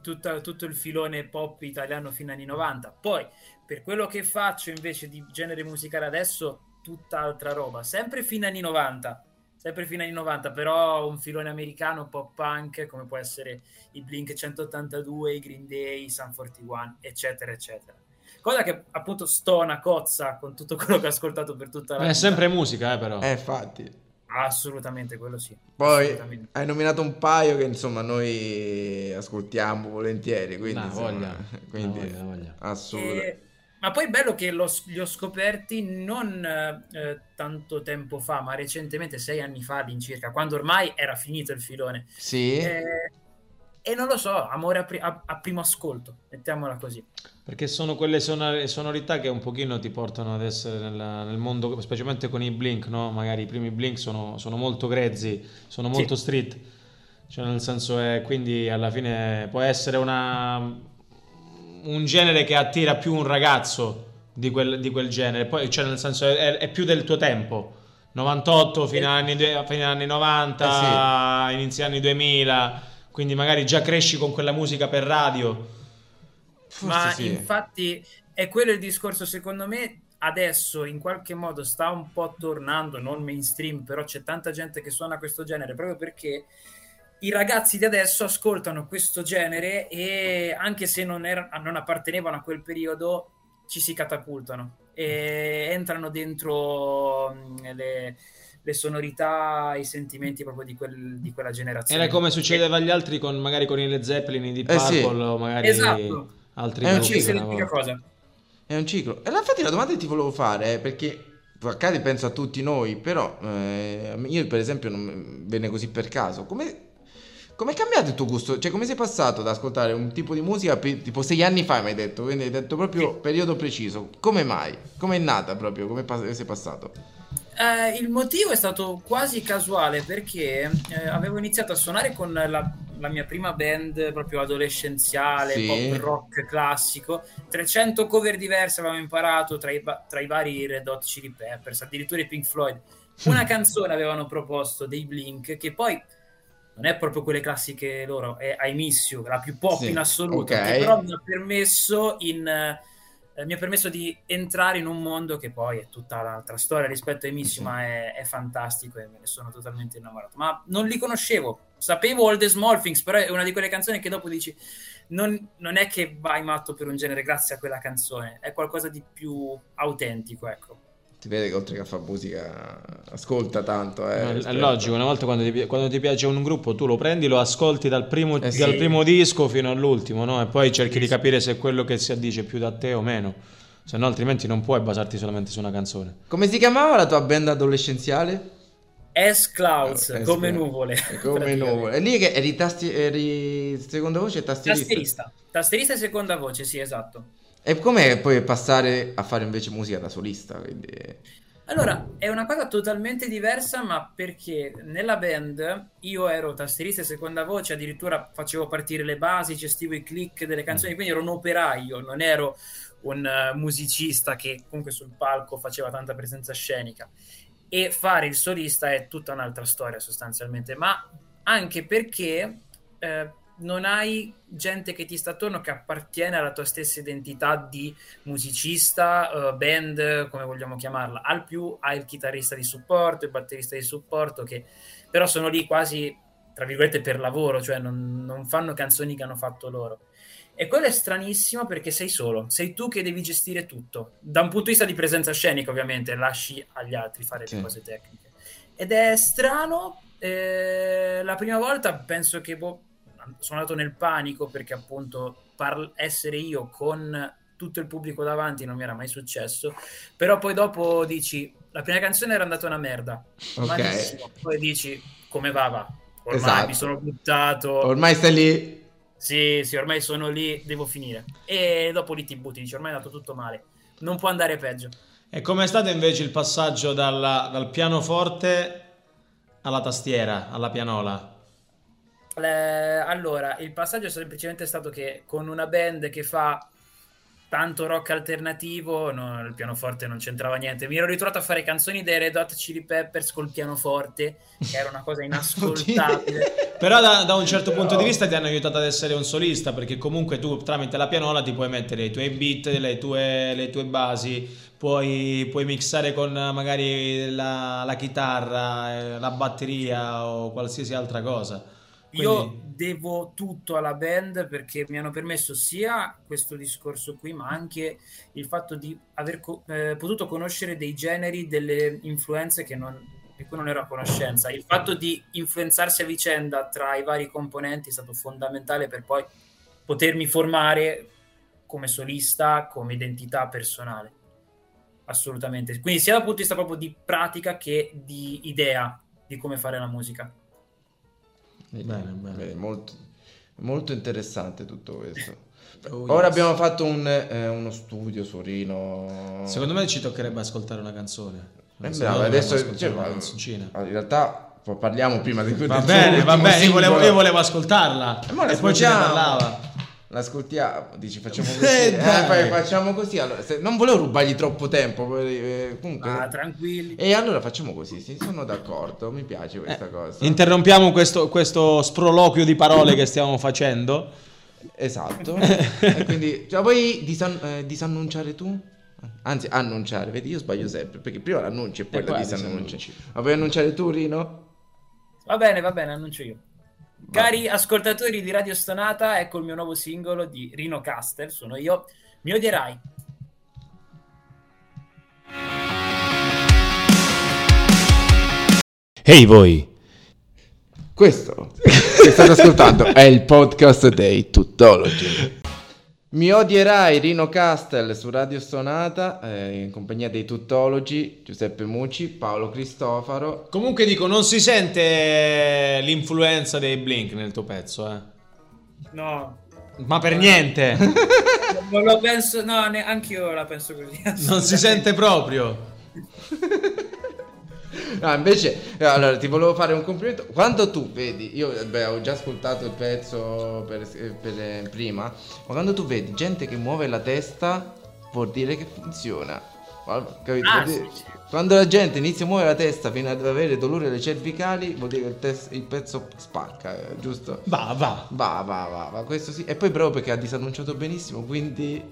G: tutta- tutto il filone pop italiano fino agli anni 90. Poi, per quello che faccio invece di genere musicale adesso, tutt'altra roba, sempre fino agli anni 90. Sempre fino agli anni 90, però un filone americano pop punk come può essere i Blink 182, i Green Day, i Sun 41, eccetera, eccetera. Cosa che appunto stona, cozza con tutto quello che ho ascoltato per tutta la
C: È
G: vita.
C: sempre musica, eh, però.
B: Eh, infatti.
G: Assolutamente, quello sì.
B: Poi
G: assolutamente.
B: hai nominato un paio che insomma noi ascoltiamo volentieri, quindi
C: No,
B: insomma,
C: voglia.
B: [laughs] quindi
C: No, voglia, voglia.
B: assolutamente.
G: E Eh, Ma poi è bello che l'ho- li ho scoperti non eh, tanto tempo fa, ma recentemente, sei anni fa all'incirca, quando ormai era finito il filone.
B: Sì.
G: Eh, e non lo so, amore a, pri- a- a primo ascolto, mettiamola così.
C: Perché sono quelle sonor- sonorità che un pochino ti portano ad essere nella- nel mondo, specialmente con i blink, no? Magari i primi blink sono, sono molto grezzi, sono molto street. Cioè, nel senso, è, quindi alla fine può essere una, un genere che attira più un ragazzo di quel, di quel genere. Poi, cioè, nel senso, è, è più del tuo tempo. 98 fino agli anni, due- fino agli anni 90, inizi anni 2000. Quindi magari già cresci con quella musica per radio.
B: Forse
G: ma
B: sì.
G: infatti è quello il discorso, secondo me adesso in qualche modo sta un po' tornando, non mainstream, però c'è tanta gente che suona questo genere proprio perché i ragazzi di adesso ascoltano questo genere e anche se non, er- non appartenevano a quel periodo ci si catapultano e entrano dentro mh, le, le sonorità, i sentimenti proprio di, quel- di quella generazione.
C: Era come succedeva agli altri con magari con i Led Zeppelin, i Deep
B: Eh, sì. Eh,
C: Purple o magari
G: Esatto.
C: altri
B: È un
G: Non
C: gruppi
G: ci
B: ciclo.
C: che
G: si
C: una volta.
G: cosa.
B: È un ciclo. E la- infatti la domanda che ti volevo fare è perché accade penso a tutti noi, però eh, io per esempio non venne così per caso. Come com'è cambiato il tuo gusto? Cioè come sei passato ad ascoltare un tipo di musica pe- tipo sei anni fa mi hai detto, quindi hai detto proprio periodo preciso. Come mai? Come è nata proprio? Come pas- sei passato?
G: Eh, il motivo è stato quasi casuale perché eh, avevo iniziato a suonare con la, la mia prima band proprio adolescenziale,
B: Sì.
G: pop rock classico, 300 cover diverse avevamo imparato tra i, va- tra i vari Red Hot Chili Peppers, addirittura i Pink
B: [laughs]
G: Floyd. Una canzone avevano proposto dei Blink che poi non è proprio quelle classiche loro, è I Miss You, la più pop
B: Sì,
G: in assoluto,
B: ok.
G: che però mi ha permesso in... eh, eh, mi ha permesso di entrare in un mondo che poi è tutta l'altra storia rispetto a Emici, ma è, è fantastico e me ne sono totalmente innamorato. Ma non li conoscevo, sapevo All the Small Things, però è una di quelle canzoni che dopo dici non, non è che vai matto per un genere grazie a quella canzone, è qualcosa di più autentico, ecco.
B: Ti vede che oltre che a fare musica ascolta tanto, eh.
C: No, È
B: aspetta.
C: logico, una volta quando ti, pi- quando ti piace un gruppo tu lo prendi, lo ascolti dal primo,
B: Eh sì.
C: dal primo disco fino all'ultimo no? e poi cerchi di capire se quello che si addice è più da te o meno, se no altrimenti non puoi basarti solamente su una canzone.
B: Come si chiamava la tua band adolescenziale?
G: S Clouds,
B: Eh,
G: come
B: sì.
G: nuvole.
B: È [laughs]
G: [laughs]
B: Come nuovo. E lì che eri, tasti- eri seconda voce e tastierista.
G: Tasterista, tasterista e seconda voce, sì, esatto.
B: E com'è poi passare a fare invece musica da solista? Quindi... eh,
G: Allora, è una cosa totalmente diversa, ma perché nella band io ero tastierista e seconda voce, addirittura facevo partire le basi, gestivo i click delle canzoni, quindi ero un operaio, non ero un eh, musicista che comunque sul palco faceva tanta presenza scenica. E fare il solista è tutta un'altra storia sostanzialmente, ma anche perché eh, non hai gente che ti sta attorno che appartiene alla tua stessa identità di musicista, eh, band, come vogliamo chiamarla, al più ha il chitarrista di supporto, il batterista di supporto, che però sono lì quasi, tra virgolette, per lavoro, cioè non, non fanno canzoni che hanno fatto loro. E quello è stranissimo perché sei solo, sei tu che devi gestire tutto, da un punto di vista di presenza scenica ovviamente, lasci agli altri fare
B: Sì.
G: le cose tecniche. Ed è strano, eh, la prima volta penso che boh, sono andato nel panico perché appunto parl- essere io con tutto il pubblico davanti non mi era mai successo, però poi dopo dici la prima canzone era andata una merda,
B: Ok.
G: malissimo, poi dici come va va, ormai
B: Esatto.
G: mi sono buttato,
B: Ormai stai lì.
G: sì sì ormai sono lì, devo finire e dopo lì ti butti, dici ormai è andato tutto male, non può andare peggio.
C: E com'è stato invece il passaggio dalla- dal pianoforte alla tastiera, alla pianola?
G: Eh, allora, il passaggio è semplicemente stato che con una band che fa tanto rock alternativo, no, il pianoforte non c'entrava niente. Mi ero ritrovato a fare canzoni dei Red Hot Chili Peppers col pianoforte, che era
B: [laughs]
G: una cosa inascoltabile.
C: Però da, da un certo punto di vista ti hanno aiutato ad essere un solista perché comunque tu tramite la pianola ti puoi mettere i tuoi beat, le tue, le tue basi, puoi, puoi mixare con eh, magari la, la chitarra, eh, la batteria o qualsiasi altra cosa.
G: Io
C: Quindi-
G: devo tutto alla band perché mi hanno permesso sia questo discorso qui, ma anche il fatto di aver co- eh, potuto conoscere dei generi, delle influenze che non, di cui non ero a conoscenza. Il fatto di influenzarsi a vicenda tra i vari componenti è stato fondamentale per poi potermi formare come solista, come identità personale. Assolutamente. Quindi sia dal punto di vista proprio di pratica che di idea di come fare la musica.
B: Bene,
H: Bene, bene.
B: molto, molto interessante tutto questo.
H: Oh, yes.
B: Ora abbiamo fatto un, eh, uno studio su Rino.
H: Secondo me ci toccherebbe ascoltare una canzone.
B: Eh,
H: Secondo
B: bravo,
H: me
B: adesso
H: dovremmo ascoltare
B: cioè,
H: una
B: ma-
H: canzoncina.
B: in realtà poi parliamo prima di
H: Va bene, va bene, io volevo, io volevo ascoltarla.
B: E mo Eh, la
H: E poi ce ne
B: ascoltiamo.
H: parlava.
B: L'ascoltiamo, dici
H: [laughs]
B: facciamo
H: Eh,
B: così. Eh,
H: dai.
B: fai- facciamo così. Allora, se- non volevo rubargli troppo tempo. poi, eh, comunque-
G: Ma tranquilli.
B: e allora facciamo così. Sì, sono d'accordo. Mi piace questa
H: Eh,
B: cosa.
C: Interrompiamo questo, questo sproloquio di parole che stiamo facendo.
H: [laughs]
B: esatto. e quindi cioè, vuoi disan- eh, disannunciare tu? Anzi, annunciare. Vedi, io sbaglio sempre perché prima l'annunci e poi
C: E
B: la
C: poi la
B: disannunci. Ma vuoi annunciare tu, Rino?
G: Va bene, va bene, annuncio io. Cari ascoltatori di Radio Stonata, ecco il mio nuovo singolo di Rino Caster, sono io. Mi odierai.
A: Ehi voi!
B: Questo che state ascoltando è il podcast dei Tuttologi. Mi odierai Rino Castel su Radio Sonata eh, in compagnia dei Tuttologi, Giuseppe Mucci, Paolo Cristofaro.
C: Comunque dico, non si sente l'influenza dei Blink nel tuo pezzo, eh.
G: No,
C: Ma per niente, [laughs]
G: non lo penso, no, neanche io la penso così.
C: non si sente proprio.
B: [laughs] No, invece, eh, allora ti volevo fare un complimento. Quando tu vedi, io eh, beh, ho già ascoltato il pezzo per, eh, per, eh, prima, ma quando tu vedi gente che muove la testa vuol dire che funziona. Guarda, capito?
G: Ah,
B: Vuol
G: sì,
B: dire-
G: sì.
B: Quando la gente inizia a muovere la testa fino ad avere dolore alle cervicali, vuol dire che il, tes- il pezzo spacca, eh, giusto?
C: Va, va.
B: Va, va, va, va, questo sì. E poi proprio perché ha disannunciato benissimo, quindi...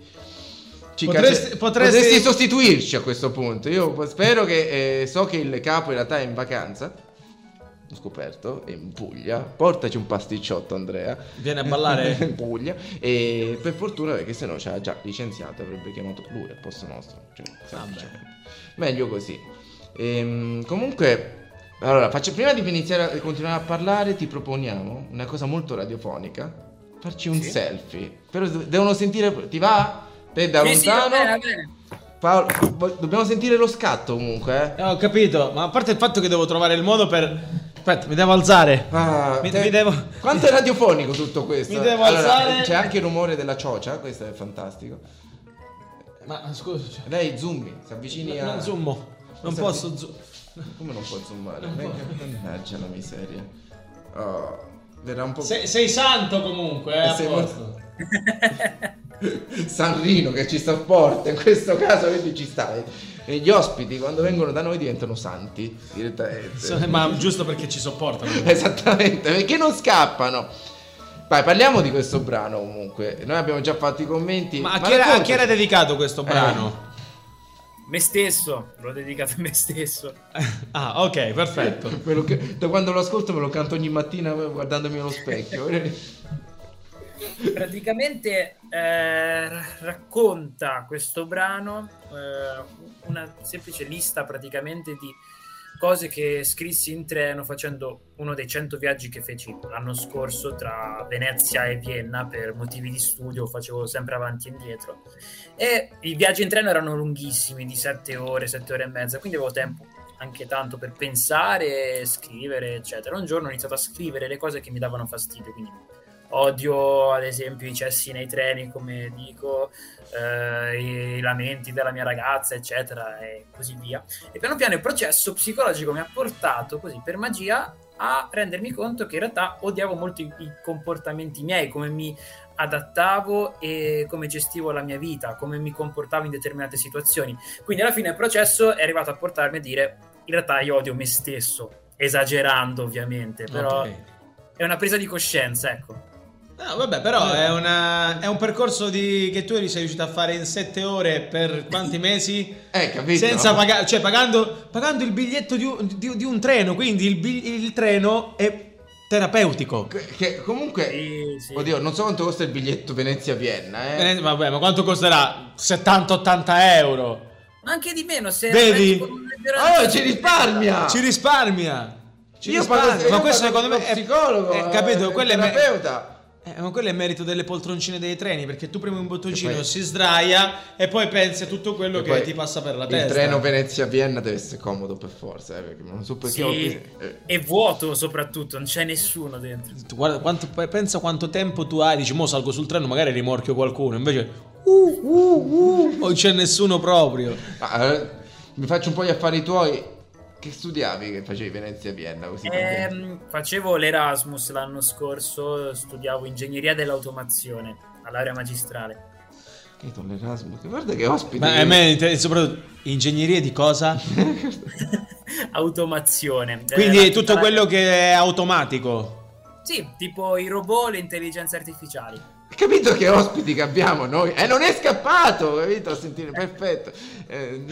B: ci
C: Potresti-
B: caccia-
C: potresti-
B: potresti sostituirci a questo punto. Io po- spero che... eh, so che il capo in realtà è in vacanza. Ho scoperto, è in Puglia. Portaci un pasticciotto, Andrea.
C: Viene a
B: in
C: ballare.
B: Puglia. E per fortuna, perché se no ci ha già licenziato, avrebbe chiamato lui al posto nostro. Cioè, semplicemente. Meglio così. Ehm, comunque, allora, faccio- prima di iniziare a continuare a parlare, ti proponiamo una cosa molto radiofonica. Farci un
G: Sì.
B: selfie. Però de- devono sentire. Ti va? Te da
G: Sì, sì, va
B: lontano.
G: bene, va bene.
B: Paolo, vo- dobbiamo sentire lo scatto comunque. eh.
C: Eh, ho capito, ma a parte il fatto che devo trovare il modo per... Aspetta, mi devo alzare.
B: Ah,
C: Mi- mi devo-
B: Quanto è radiofonico tutto questo? eh?
C: Mi devo
B: Allora,
C: alzare.
B: C'è anche il rumore della ciocia, questo è fantastico.
C: Ma scusa, cioè,
B: Dai, zoomi, si avvicini a...
C: non zoomo. Non
B: Sì.
C: posso zoom.
B: Come non può zoomare? Mannaggia la miseria. Oh, verrà un po'...
C: Sei, sei santo comunque, eh,
B: Eh,
C: a
B: sei
C: posto.
B: Sanrino che ci sta forte, in questo caso quindi ci sta. E gli ospiti quando vengono da noi diventano santi, direttamente.
C: So- Ma giusto perché ci sopportano.
B: [laughs] Esattamente, perché non scappano? Vai, parliamo di questo brano comunque. Noi abbiamo già fatto i commenti.
C: Ma a chi, era, a
B: racconta-
C: chi era dedicato questo
B: Eh.
C: brano?
G: Me stesso, l'ho dedicato a me stesso.
C: Ah, ok, perfetto.
B: Me lo ca- da quando lo ascolto me lo canto ogni mattina guardandomi allo
C: [laughs]
B: specchio. Eh,
G: praticamente eh, ra- racconta questo brano eh, una semplice lista praticamente di cose che scrissi in treno facendo uno dei 100 viaggi che feci l'anno scorso tra Venezia e Vienna per motivi di studio facevo sempre avanti e indietro e i viaggi in treno erano lunghissimi di 7 ore, 7 ore e mezza quindi avevo tempo anche tanto per pensare, scrivere eccetera un giorno ho iniziato a scrivere le cose che mi davano fastidio quindi Odio ad esempio i cessi nei treni, come dico, eh, i lamenti della mia ragazza, eccetera, e così via. E piano piano il processo psicologico mi ha portato, così per magia, a rendermi conto che in realtà odiavo molto i, i comportamenti miei, come mi adattavo e come gestivo la mia vita, come mi comportavo in determinate situazioni. Quindi alla fine il processo è arrivato a portarmi a dire, in realtà io odio me stesso, esagerando ovviamente, però...
C: Ok.
G: È una presa di coscienza, ecco.
C: No, vabbè, però è, una- è un percorso di- che tu eri sei riuscito a fare in sette ore per quanti mesi?
B: Eh, capito?
C: Senza pagare, cioè pagando, pagando il biglietto di un, di- di un treno, quindi il, bi- il treno è terapeutico.
B: Che- che comunque...
G: Sì, sì.
B: Oddio, non so quanto costa il biglietto Venezia-Vienna, eh.
C: Eh, Vabbè, ma quanto costerà? 70-80 euro.
G: Ma anche di meno se...
C: Vedi?
B: Oh, ci risparmia!
C: Ci risparmia. Ci
B: Io
C: risparmia.
B: parlo- io
C: ma questo
B: parlo
C: secondo
B: con lo
C: me è
B: psicologo,
C: è-
B: eh,
C: capito,
B: il
C: quello è me-
B: terapeuta.
C: Eh, ma quello è merito delle poltroncine dei treni, perché tu premi un bottoncino,
B: E poi-
C: si sdraia e poi pensi a tutto quello
B: E
C: che
B: poi
C: ti passa per la
B: il
C: testa.
B: treno Venezia-Vienna deve essere comodo per forza, eh, perché non so perché
G: Sì,
B: ho eh,
G: è vuoto soprattutto, non c'è nessuno dentro.
C: Tu Guarda, quanto- pensa quanto tempo tu hai, dici, mo salgo sul treno, magari rimorchio qualcuno, invece... Uh, uh, uh, non c'è nessuno proprio.
B: ma, eh, mi faccio un po' gli affari tuoi. Che studiavi che facevi Venezia-Vienna così? tanto?
G: Ehm, facevo l'Erasmus l'anno scorso, studiavo ingegneria dell'automazione all'area magistrale. [laughs]
B: Che Don Erasmus, guarda che ospite.
C: Ma
B: che-
C: a me, inter- soprattutto, ingegneria di cosa?
G: Automazione. Eh,
C: Quindi
G: la-
C: tutto
G: la-
C: quello che è automatico.
G: Sì, tipo i robot, le intelligenze artificiali.
B: Hai capito che ospiti che abbiamo noi? E non è scappato, capito? A sentire, perfetto. Eh,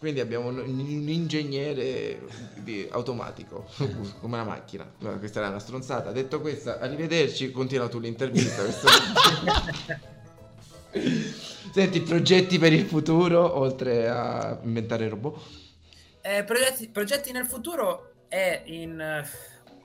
B: quindi abbiamo un, un ingegnere di- automatico, [laughs] come una macchina. No, questa era una stronzata. Detto questa, arrivederci, continua tu l'intervista. questo- [laughs] Senti, progetti per il futuro, oltre a inventare robot.
G: Eh, progetti, progetti nel futuro è in eh,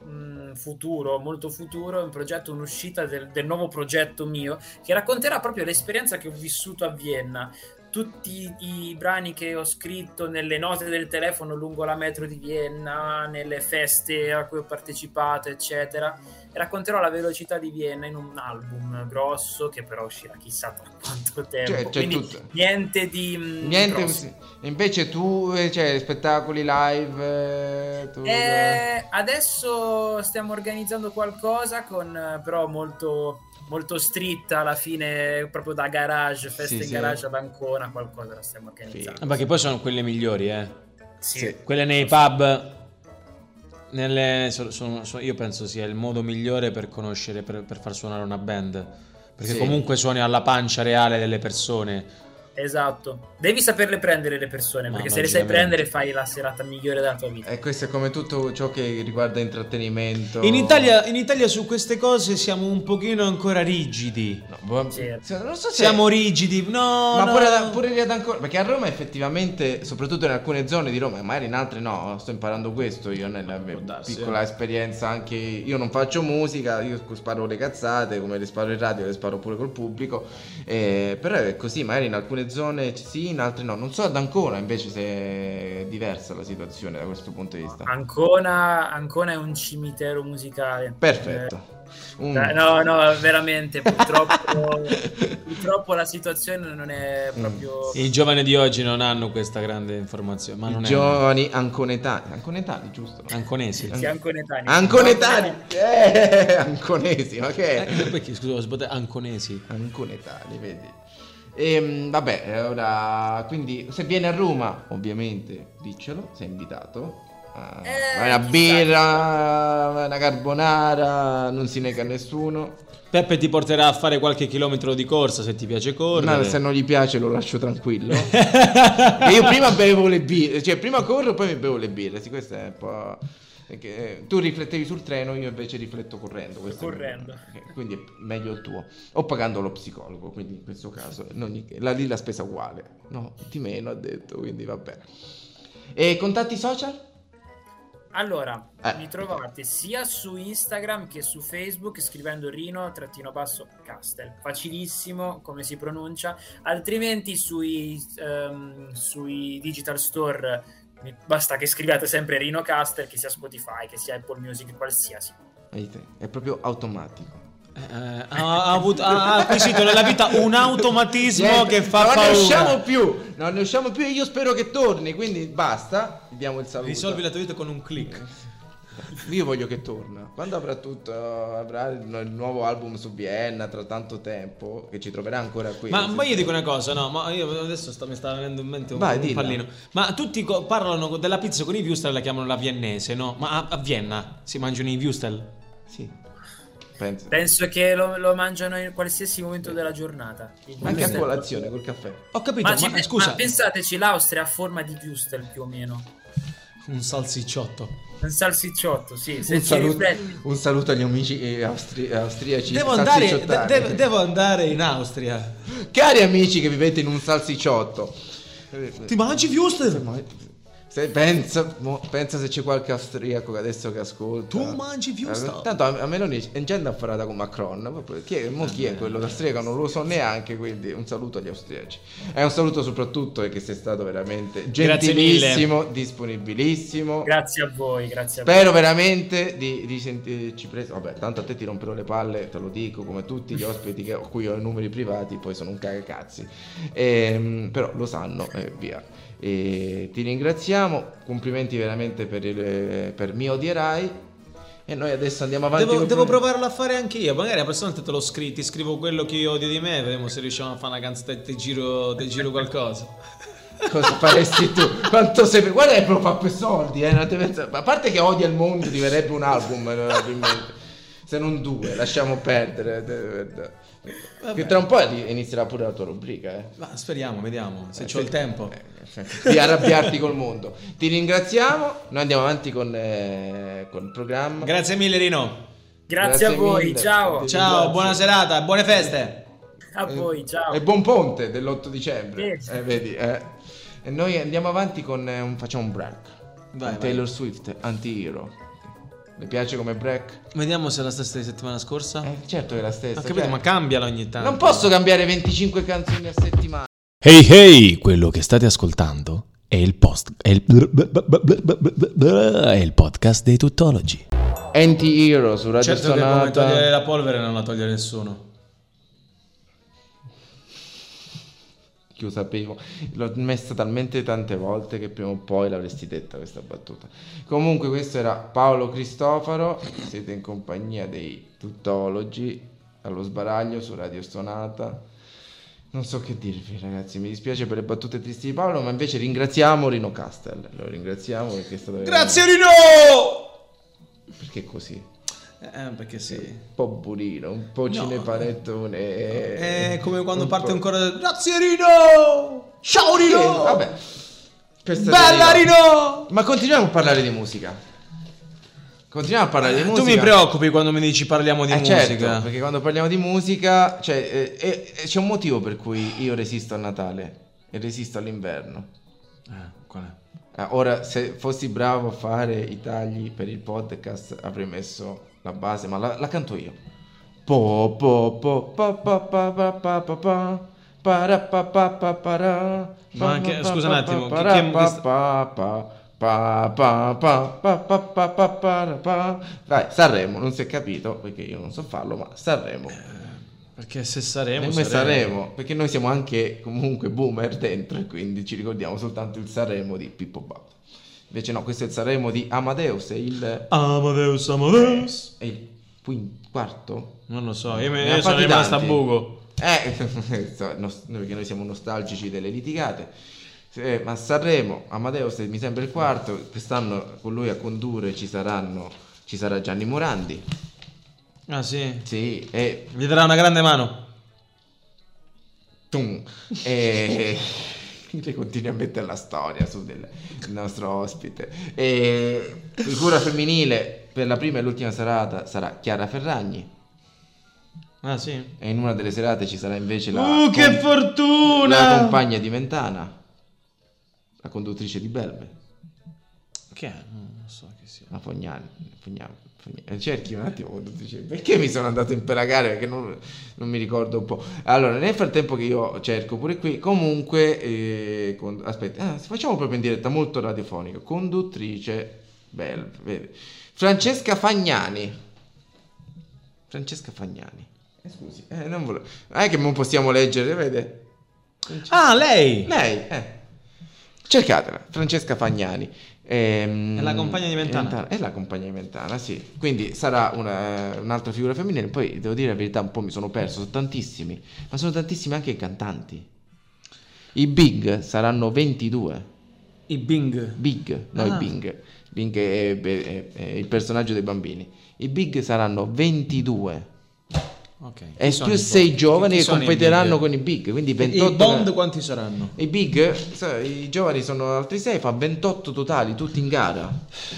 G: mm, futuro, molto futuro, un progetto, un'uscita del, del nuovo progetto mio che racconterà proprio l'esperienza che ho vissuto a Vienna. Tutti i brani che ho scritto nelle note del telefono lungo la metro di Vienna, nelle feste a cui ho partecipato, eccetera. E racconterò la velocità di Vienna in un album grosso che però uscirà chissà tra quanto tempo.
B: Cioè, c'è
G: Eh, Quindi
B: tutto.
G: niente di... mm,
B: Niente,
G: grosso.
B: invece tu, eh, cioè, spettacoli live, eh, tu-
G: Eh, adesso stiamo organizzando qualcosa con eh, però molto, molto stritta alla fine, proprio da garage, festa
B: Sì,
G: in
B: sì.
G: garage ad Ancona, qualcosa la stiamo organizzando.
C: Eh, Ma che poi sono quelle migliori, eh.
G: Sì.
C: Quelle nei pub. Nelle, so- sono- so- io penso sia il modo migliore per conoscere, per, per far suonare una band. Perché
B: Sì.
C: comunque suoni alla pancia reale delle persone.
G: Esatto. Devi saperle prendere le persone,
C: Mamma,
G: perché se le sai
C: veramente.
G: prendere fai la serata migliore della tua vita.
B: E questo è come tutto ciò che riguarda intrattenimento.
C: In Italia, in Italia su queste cose siamo un pochino ancora rigidi.
B: No, boh,
G: Sì.
B: sì, non so se...
C: Siamo rigidi, no.
B: ma
C: no.
B: pure, da- pure lì ad Ancona, perché a Roma effettivamente, soprattutto in alcune zone di Roma, magari in altre no, sto imparando questo io nella mia
G: eh.
B: piccola esperienza anche, io non faccio musica, io sparo le cazzate, come le sparo in radio, le sparo pure col pubblico, eh, però è così, magari in alcune zone sì, in altre no, non so ad Ancona invece se è diversa la situazione da questo punto di
G: Ah,
B: vista.
G: Ancona, Ancona è un cimitero musicale.
B: Perfetto. Mm.
G: Eh,
B: Un-
G: No, no,
B: [laughs]
G: veramente, purtroppo, purtroppo la situazione non è proprio...
B: Mm.
C: I giovani di oggi non hanno questa grande informazione. Ma
B: I
C: non è.
B: giovani anconetani, anconetani giusto?
C: Anconesi.
B: Eh.
G: Sì, anconetani.
B: Anconetani, eh, anconesi, ma che è?
C: Eh, perché scusa, ho sbagliato. Anconesi.
B: Anconetani, vedi? Ehm, vabbè, eh, ora, quindi se vieni a Roma, ovviamente, diccelo, sei invitato. a
G: Eh,
B: a una
G: chissà.
B: birra, a una carbonara, non si nega a nessuno.
C: Peppe ti porterà a fare qualche chilometro di corsa se ti piace correre.
B: Ma se
C: [laughs]
B: non gli piace lo lascio tranquillo. E io prima bevo le birre, cioè prima corro poi mi bevo le birre, sì, questo è un po'... perché, eh, tu riflettevi sul treno, io invece rifletto correndo. questo è-
G: Correndo.
B: eh, quindi è meglio il tuo. O pagando lo psicologo, quindi in questo caso in ogni- la, lì la spesa è uguale. No, di meno ha detto, quindi va bene. E contatti social?
G: Allora,
B: Eh.
G: mi trovate sia su Instagram che su Facebook scrivendo Rino-Castel. Facilissimo come si pronuncia. Altrimenti sui, ehm, sui digital store mi- basta che scriviate sempre Rino Castel, che sia Spotify, che sia Apple Music, qualsiasi.
B: Vedete, È proprio automatico.
C: Eh, ha, ha avuto- ha acquisito nella vita un automatismo
B: Niente,
C: che fa
B: non
C: paura.
B: ne usciamo più, non ne usciamo più e io spero che torni, quindi basta, Gli diamo il saluto.
C: Risolvi la tua vita con un click.
B: Io voglio che torna. Quando avrà tutto, avrà il il nuovo album su Vienna tra tanto tempo, che ci troverà ancora qui.
C: Ma ma
B: poi
C: io dico una cosa, no, ma io adesso sta- mi sta venendo in mente un,
B: Vai,
C: un
B: dilla.
C: pallino. Ma tutti co- parlano della pizza con i Wustel, la chiamano la viennese, no? Ma a, a Vienna si mangiano i Wustel?
B: Sì. Penso.
G: Penso che lo, lo mangiano in qualsiasi momento della giornata. Il
B: Anche a
G: Würstel.
B: colazione col caffè.
C: Ho capito,
G: Ma,
C: ma,
G: ci- ma
C: scusa,
G: pensateci, l'Austria ha forma di Würstel più o meno.
C: un salsicciotto.
G: Un salsicciotto, sì. Se
B: Un
G: ci
B: saluto,
G: rifletti.
B: un saluto agli amici eh, austri- austriaci.
C: Devo andare,
B: salsicciotari.
C: de- de- devo andare in Austria.
B: Cari amici che vivete in un salsicciotto.
C: Ti mangi Wustel?
B: Ma- Se- pensa, mo- pensa se c'è qualche austriaco che adesso che ascolta.
A: Tu mangi più
B: Eh,
A: sta-
B: Tanto a, a Meloni è già parata con Macron. proprio. Chi è,
A: Ah,
B: mo chi è quello austriaco? Non lo so neanche. Quindi un saluto agli austriaci. E un saluto soprattutto perché sei stato veramente
I: Grazie mille.
B: gentilissimo, disponibilissimo.
G: Grazie a voi, grazie a voi.
B: Spero veramente di, di sentirci preso. Vabbè, tanto a te ti romperò le palle, te lo dico, come tutti gli ospiti che- a cui ho i numeri privati, poi sono un cagacazzi. Ehm, però lo sanno e via. E ti ringraziamo, complimenti veramente per, il, per mi odierai. E noi adesso andiamo avanti.
C: Devo,
B: col
C: devo
B: programma.
C: provarlo a fare anche io. Magari la prossima volta te lo scri- ti scrivo quello che io odio di me. Vediamo se riusciamo a fare una canzone. Ti giro, ti giro qualcosa.
B: Cosa faresti tu? Quanto sei. Guarda, che proprio fa per soldi, eh, non ti pensa- Ma a parte che odia il mondo, ti verrebbe un album, eh, probabilmente. Se non due, lasciamo perdere. Che tra un po' inizierà pure la tua rubrica, eh.
C: Ma speriamo, vediamo se c'ho il tempo.
B: di arrabbiarti col mondo. Ti ringraziamo, noi andiamo avanti con, eh, col programma.
C: Grazie mille, Rino.
G: Grazie, a
B: grazie
G: voi,
B: mille.
G: ciao.
C: Ciao, buona serata, buone feste.
G: A voi, ciao.
B: E Eh, buon ponte dell'8 dicembre.
G: Sì.
B: Eh, vedi, eh. E noi andiamo avanti con eh, un, facciamo un break.
C: Vai,
B: Con
C: vai.
B: Taylor Swift, anti-hero. Mi piace come break?
C: Vediamo se è la stessa di settimana scorsa. Ho
B: Eh, certo che è la stessa.
C: Ah. capito,
B: cioè,
C: ma cambiala ogni tanto.
B: non posso cambiare 25 canzoni a settimana.
A: Hey hey, quello che state ascoltando è il post è il, è il podcast dei tuttologi.
B: Anti-hero su Radio
C: Certo che come
B: Stonata.
C: togliere la polvere non la toglie nessuno.
B: Eh. Io sapevo, l'ho messa talmente tante volte che prima o poi l'avresti detta questa battuta. Comunque, questo era Paolo Cristofaro. Siete in compagnia dei tuttologi allo sbaraglio su Radio Stonata. Non so che dirvi, ragazzi. Mi dispiace per le battute tristi di Paolo, ma invece ringraziamo Rino Castel. Lo ringraziamo perché è stato veramente-
C: Grazie, Rino.
B: Perché così?
C: Eh, perché sì.
B: Un po' burino, un po' cinepanettone.
C: È come quando parte
B: Eh, po'-
C: un coro. Grazie, Rino. Ciao,
B: Sì,
C: Rino.
B: vabbè. Questa è
C: Bella,
B: Rino.
C: Rino.
B: Ma continuiamo a parlare di musica. Continuiamo a parlare di musica.
C: Tu mi preoccupi quando mi dici parliamo di
B: Eh,
C: musica.
B: certo, perché quando parliamo di musica, cioè, eh, eh, eh, c'è un motivo per cui io resisto a Natale e resisto all'inverno. Eh, ora, se fossi bravo a fare i tagli per il podcast, avrei messo la base, ma la, la canto io. Po po po pa pa pa pa pa pa pa para pa pa pa para
C: Ma
B: pa
C: anche-
B: pa
C: scusa
B: pa
C: un attimo,
B: pa
C: chi-
B: para
C: chi è-
B: pa
C: chi sta-
B: pa pa pa pa pa pa pa pa pa para pa Vai, Sanremo, non si è capito perché io non so farlo, ma Sanremo.
C: Perché se
B: E
C: saremo.
B: noi Sanremo, perché noi siamo anche comunque boomer dentro e quindi ci ricordiamo soltanto il Sanremo di Pippo Baudo. Invece no, questo è il Sanremo di Amadeus, è il,
C: Amadeus, Amadeus.
B: è il quin- quarto?
C: Non lo so,
B: Ne
C: io, me-
B: ha
C: io sono
B: fatti
C: rimasto
B: tanti.
C: a buco.
B: Eh, [laughs] so- nos- perché noi siamo nostalgici delle litigate. Eh, ma Sanremo, Amadeus mi sembra il quarto, quest'anno con lui a condurre ci saranno, ci sarà Gianni Morandi.
C: Ah sì.
B: Sì, e...
C: Gli darà una grande mano.
B: tum, [laughs] e... Le continui a mettere la storia su del il nostro ospite. E... Figura femminile per la prima e l'ultima serata sarà Chiara Ferragni.
C: Ah sì.
B: E in una delle serate ci sarà invece la...
C: Uh, che
B: con- La
C: fortuna!
B: compagna di Ventana, la conduttrice di Belve,
C: Che è? Non so chi sia.
B: la Fognale. Fognale- Fognale. Eh, Cerchi un attimo conduttrice. Perché mi sono andato a impelagare? Perché non, non mi ricordo un po'. Allora, nel frattempo che io cerco pure qui, comunque, eh, con- aspetta, ah, facciamo proprio in diretta, molto radiofonico. Conduttrice Belve, vedi. Francesca Fagnani. Francesca Fagnani. Eh, scusi, eh, non volevo. Non è che non possiamo leggere, vede?
C: Ah, lei!
B: Lei, eh. Cercatela, Francesca Fagnani. Ehm,
C: È la compagna di Mentana.
B: È la compagna di Mentana, sì. Quindi sarà una- un'altra figura femminile. Poi devo dire la verità, un po' mi sono perso. Sono tantissimi, ma sono tantissimi anche i cantanti. I big saranno 22.
C: I Bing.
B: Big, no
C: Ah.
B: i big. Big è, è- è il personaggio dei bambini. I big saranno 22.
C: Ok.
B: E
C: Chi sono
B: più
C: i
B: sei
C: Bond?
B: giovani
C: Chi
B: che
C: sono i
B: competeranno
C: Bing?
B: con i big. Quindi
C: I
B: 28.
C: Bond quanti saranno?
B: I big, so, i giovani sono altri 6, fa 28 totali, tutti in gara.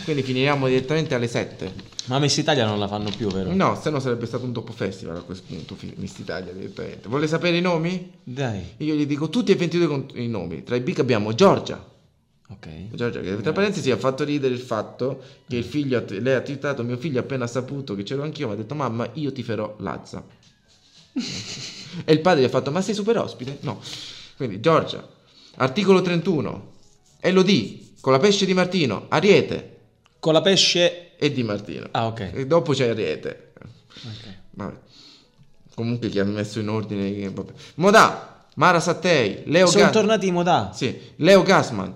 B: Quindi finiremo direttamente alle 7.
C: Ma Miss Italia non la fanno più, vero?
B: No, se no sarebbe stato un dopo festival a questo punto, fi- Miss Italia direttamente. Vuole sapere i nomi?
C: Dai.
B: Io gli dico tutti e 22 con- i nomi. Tra i big abbiamo Giorgia,
A: Ok.
B: Giorgia, che
A: Eh.
B: tra parentesi ha fatto ridere il fatto che il figlio, lei ha twittato, mio figlio ha appena saputo che c'ero anch'io, mi ha detto mamma io ti farò
A: [laughs]
B: Lazza. e il padre gli ha fatto ma sei super ospite? No. Quindi Giorgia, articolo 31, Elodie, con la pesce di Martino, Ariete
A: Con la pesce...
B: e di Martino.
A: Ah, ok.
B: E dopo c'è Ariete.
A: Ok.
B: Vabbè. Comunque chi ha messo in ordine... vabbè. Modà, Mara Sattei, Leo
A: Sono
B: Ga-
A: tornati in moda.
B: sì, Leo Gasman,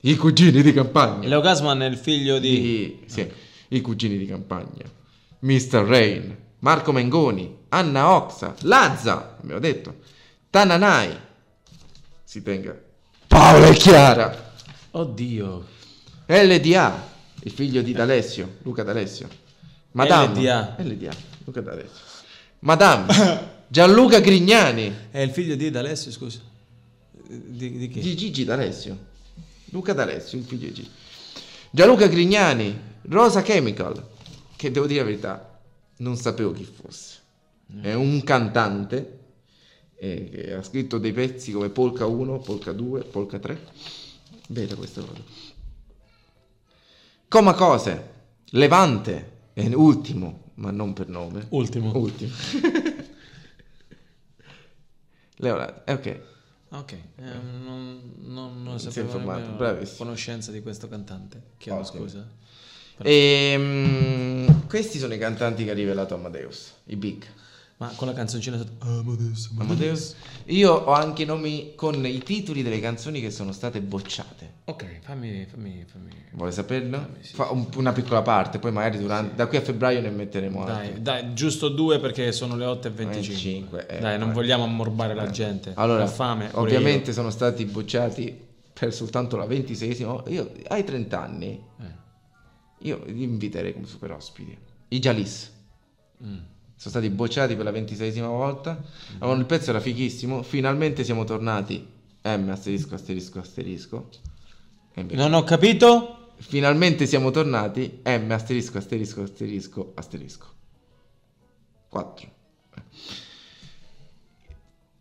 B: i cugini di campagna.
A: Leo Gasman è il figlio di...
B: di- sì, i cugini di campagna, Mr. Rain, Marco Mengoni, Anna Oxa, Lazza, abbiamo detto, Tananai, si tenga, Paola e Chiara,
A: Oddio.
B: LDA, il figlio di D'Alessio, Luca D'Alessio, Madame,
A: LDA.
B: LDA, Luca D'Alessio, [coughs] Madame, Gianluca Grignani,
A: È il figlio di D'Alessio, scusa. Di, di chi?
B: di Gigi D'Alessio, Luca D'Alessio, il figlio di Gigi, Gianluca Grignani, Rosa Chemical, che devo dire la verità, non sapevo chi fosse. È un cantante eh, che ha scritto dei pezzi come Polka 1, Polka 2, Polka 3. Bella questa cosa. Coma Cose, Levante, è ultimo, ma non per nome.
A: Ultimo.
B: Ultimo. [laughs] Leonardo, eh, ok.
A: Ok, eh, non, non, non
B: Si è
A: sapevo
B: informato,
A: nemmeno
B: bravissimo.
A: conoscenza di questo cantante. Chiedo
B: Ottimo.
A: scusa.
B: Ehm, questi sono i cantanti che ha rivelato Amadeus, i big.
A: Ma con la canzoncina sotto...
C: Ah,
A: Amadeus,
B: Amadeus. Io ho anche i nomi con i titoli delle canzoni che sono state bocciate.
A: Ok, fammi, fammi, fammi...
B: Vuole saperlo? Fa un- una piccola parte, poi magari durante, da qui a febbraio ne metteremo
C: Dai,
B: altre.
C: dai, giusto due perché sono le 8 e 25.
B: 25, eh,
C: dai, non
B: poi.
C: vogliamo ammorbare la gente.
B: Eh. Allora,
C: Ha fame. pure
B: ovviamente sono stati bocciati per soltanto la ventiseiesima. Io ai 30 anni,
C: Eh.
B: io li inviterei come super ospiti. I Jalis.
C: Mm.
B: Sono stati bocciati per la ventiseiesima volta. Avevano- il pezzo era fighissimo. Finalmente siamo tornati. M asterisco asterisco asterisco. E invece-
C: io. Non ho capito?
B: Finalmente siamo tornati. M asterisco asterisco asterisco asterisco. 4.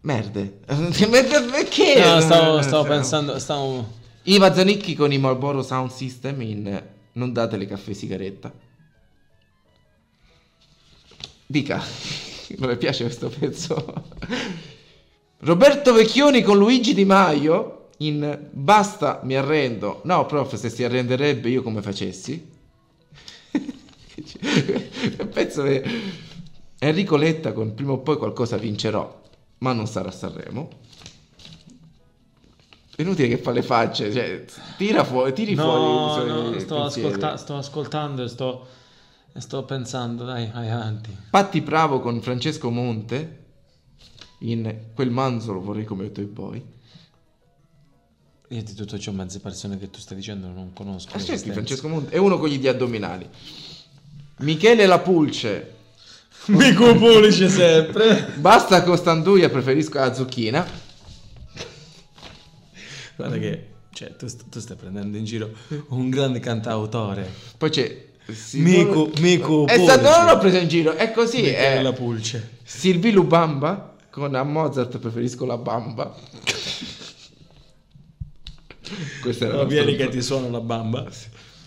B: Merde. [laughs] Perché?
C: No,
B: [laughs] eh,
C: stavo, stavo pensando, stavo...
B: Iva Zanicchi con i Marlboro Sound System in eh, Non datele caffè sigaretta. Dica, [laughs] non le piace questo pezzo? Roberto Vecchioni con Luigi Di Maio in Basta, mi arrendo. No, prof, se si arrenderebbe io come facessi? [laughs] Penso che Enrico Letta con Prima o poi qualcosa vincerò, ma non sarà Sanremo. È inutile che fa le facce, cioè, tira fuori, tiri
C: No,
B: fuori. i suoi
C: no, sto,
B: pensieri.
C: ascolta- sto ascoltando e sto, e sto pensando, dai, vai avanti.
B: Patti Bravo con Francesco Monte in Quel manzo lo vorrei come tuoi boy.
C: Io di tutto ciò mezze persone che tu stai dicendo non conosco.
B: Ah, senti,
C: l'esistenza.
B: Francesco Monte è uno con gli addominali. Michele La Pulce,
D: [laughs]
C: Mico
B: [laughs]
C: Pulice sempre.
B: basta costanduia, preferisco la zucchina.
C: Guarda che, cioè, tu, st- tu stai prendendo in giro un grande cantautore.
B: Poi c'è Sil-
C: Mico, Mico
B: È stato
C: Pulice.
B: non l'ho preso in giro, è così.
C: Michele
B: eh.
C: La Pulce.
B: Silvi Lubamba con a Mozart preferisco la
C: [laughs]
B: bamba. Questa era
C: No,
B: la
C: vieni
B: sua-
C: che ti suono la bamba.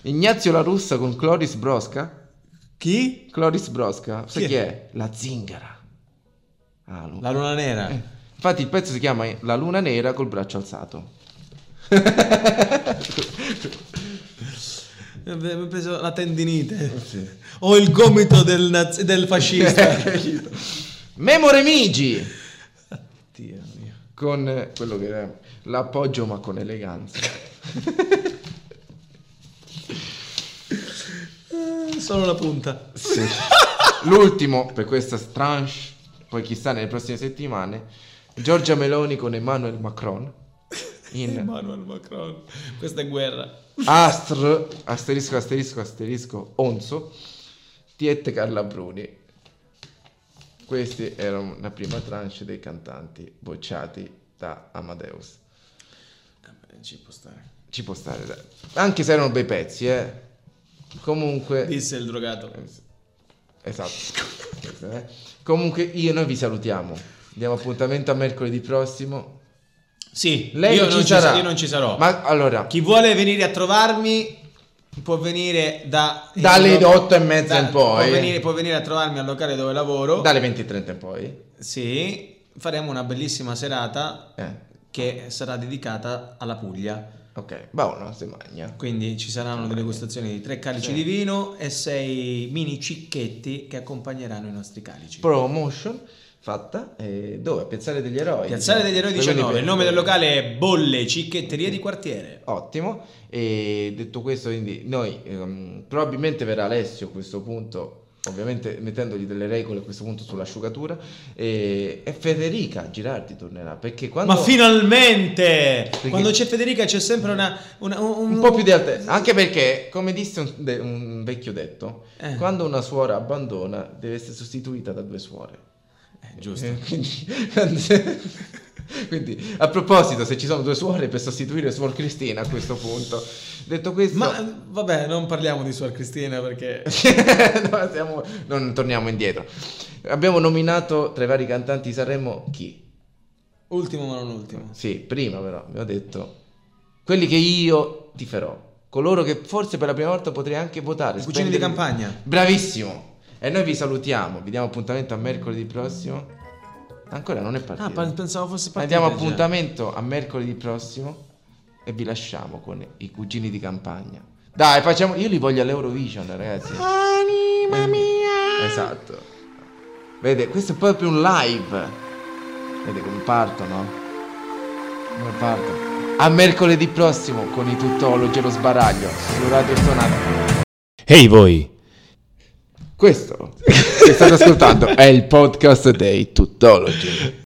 B: Ignazio La Russa con Cloris Brosca.
C: Chi?
B: Cloris Brosca, sai
C: Chi
B: chi,
C: è?
B: è? La zingara. Ah, no.
C: La luna nera.
B: Infatti il pezzo si chiama La luna nera col braccio alzato.
C: Eh, beh, Mi ho preso la tendinite. Ho il gomito del, naz- del [laughs] fascista.
B: Memore Migi
C: Dio mio.
B: con eh, quello che era l'appoggio ma con eleganza.
C: Eh, Solo la punta.
B: L'ultimo per questa tranche, poi chissà nelle prossime settimane, Giorgia Meloni con Emmanuel Macron in
C: Manuel Macron. Questa è guerra.
B: Astr, asterisco, asterisco, asterisco, Onzo, Tiet Carla Bruni. Questa era la prima tranche dei cantanti bocciati da Amadeus.
C: Eh, Ci può stare.
B: Ci può stare, dai. anche se erano bei pezzi, eh. Comunque...
C: Disse il drogato.
B: Esatto. [laughs] Eh. Comunque io e noi vi salutiamo. Diamo appuntamento a mercoledì prossimo.
C: Sì,
B: Lei
C: io,
B: non ci
C: non ci
B: sarà.
C: sa- io non ci sarò.
B: Ma allora,
C: Chi vuole venire a trovarmi può venire da...
B: Dalle
C: do-
B: otto e mezza in poi.
C: Può venire, può venire a trovarmi al locale dove lavoro.
B: dalle 20.30 in poi.
C: Sì, faremo una bellissima serata
B: Eh,
C: che sarà dedicata alla Puglia.
B: ok, Bauno si magna.
C: Quindi ci saranno delle gustazioni di tre calici di vino e sei mini cicchetti che accompagneranno i nostri calici.
B: Promotion fatta eh, dove? A Piazzale degli Eroi.
C: Piazzale degli Eroi
B: Quindi
C: 19,
B: per-
C: il nome del locale è Bolle Cicchetteria di Quartiere.
B: Ottimo. E detto questo, quindi noi ehm, probabilmente verrà Alessio a questo punto, ovviamente mettendogli delle regole a questo punto sull'asciugatura. E, e Federica Girardi tornerà perché quando
C: Ma finalmente!
B: Perché-
C: Quando c'è Federica c'è sempre una, una- un,
B: un po' più di altezza, anche perché, come disse un, de- un vecchio detto,
C: Eh.
B: quando una suora abbandona deve essere sostituita da due suore.
C: Eh, giusto.
B: Eh, quindi, [laughs] quindi, a proposito, se ci sono due suore per sostituire Suor Cristina a questo punto, detto questo,
C: Ma vabbè, non parliamo di Suor Cristina perché...
B: [laughs] No, siamo- non torniamo indietro. Abbiamo nominato tra i vari cantanti di Sanremo chi?
C: Ultimo ma non ultimo.
B: Sì, prima però mi ho detto quelli che io ti farò, coloro che forse per la prima volta potrei anche votare.
C: I cugini di
B: spenderli-
C: campagna.
B: Bravissimo! E noi vi salutiamo, vi diamo appuntamento a mercoledì prossimo. Ancora non è partito.
C: Ah, pa- pensavo fosse
B: Ma
C: partita
B: diamo
C: già.
B: appuntamento a mercoledì prossimo e vi lasciamo con i cugini di campagna. Dai, facciamo. Io li voglio all'Eurovision, ragazzi. Anima mia! Esatto. Vede, questo è proprio un live. Vede come partono? Come partono? A mercoledì prossimo con i tuttologi e lo sbaraglio. Su Radio Sonata.
A: Ehi voi!
B: Questo che state ascoltando è il podcast dei tuttologi.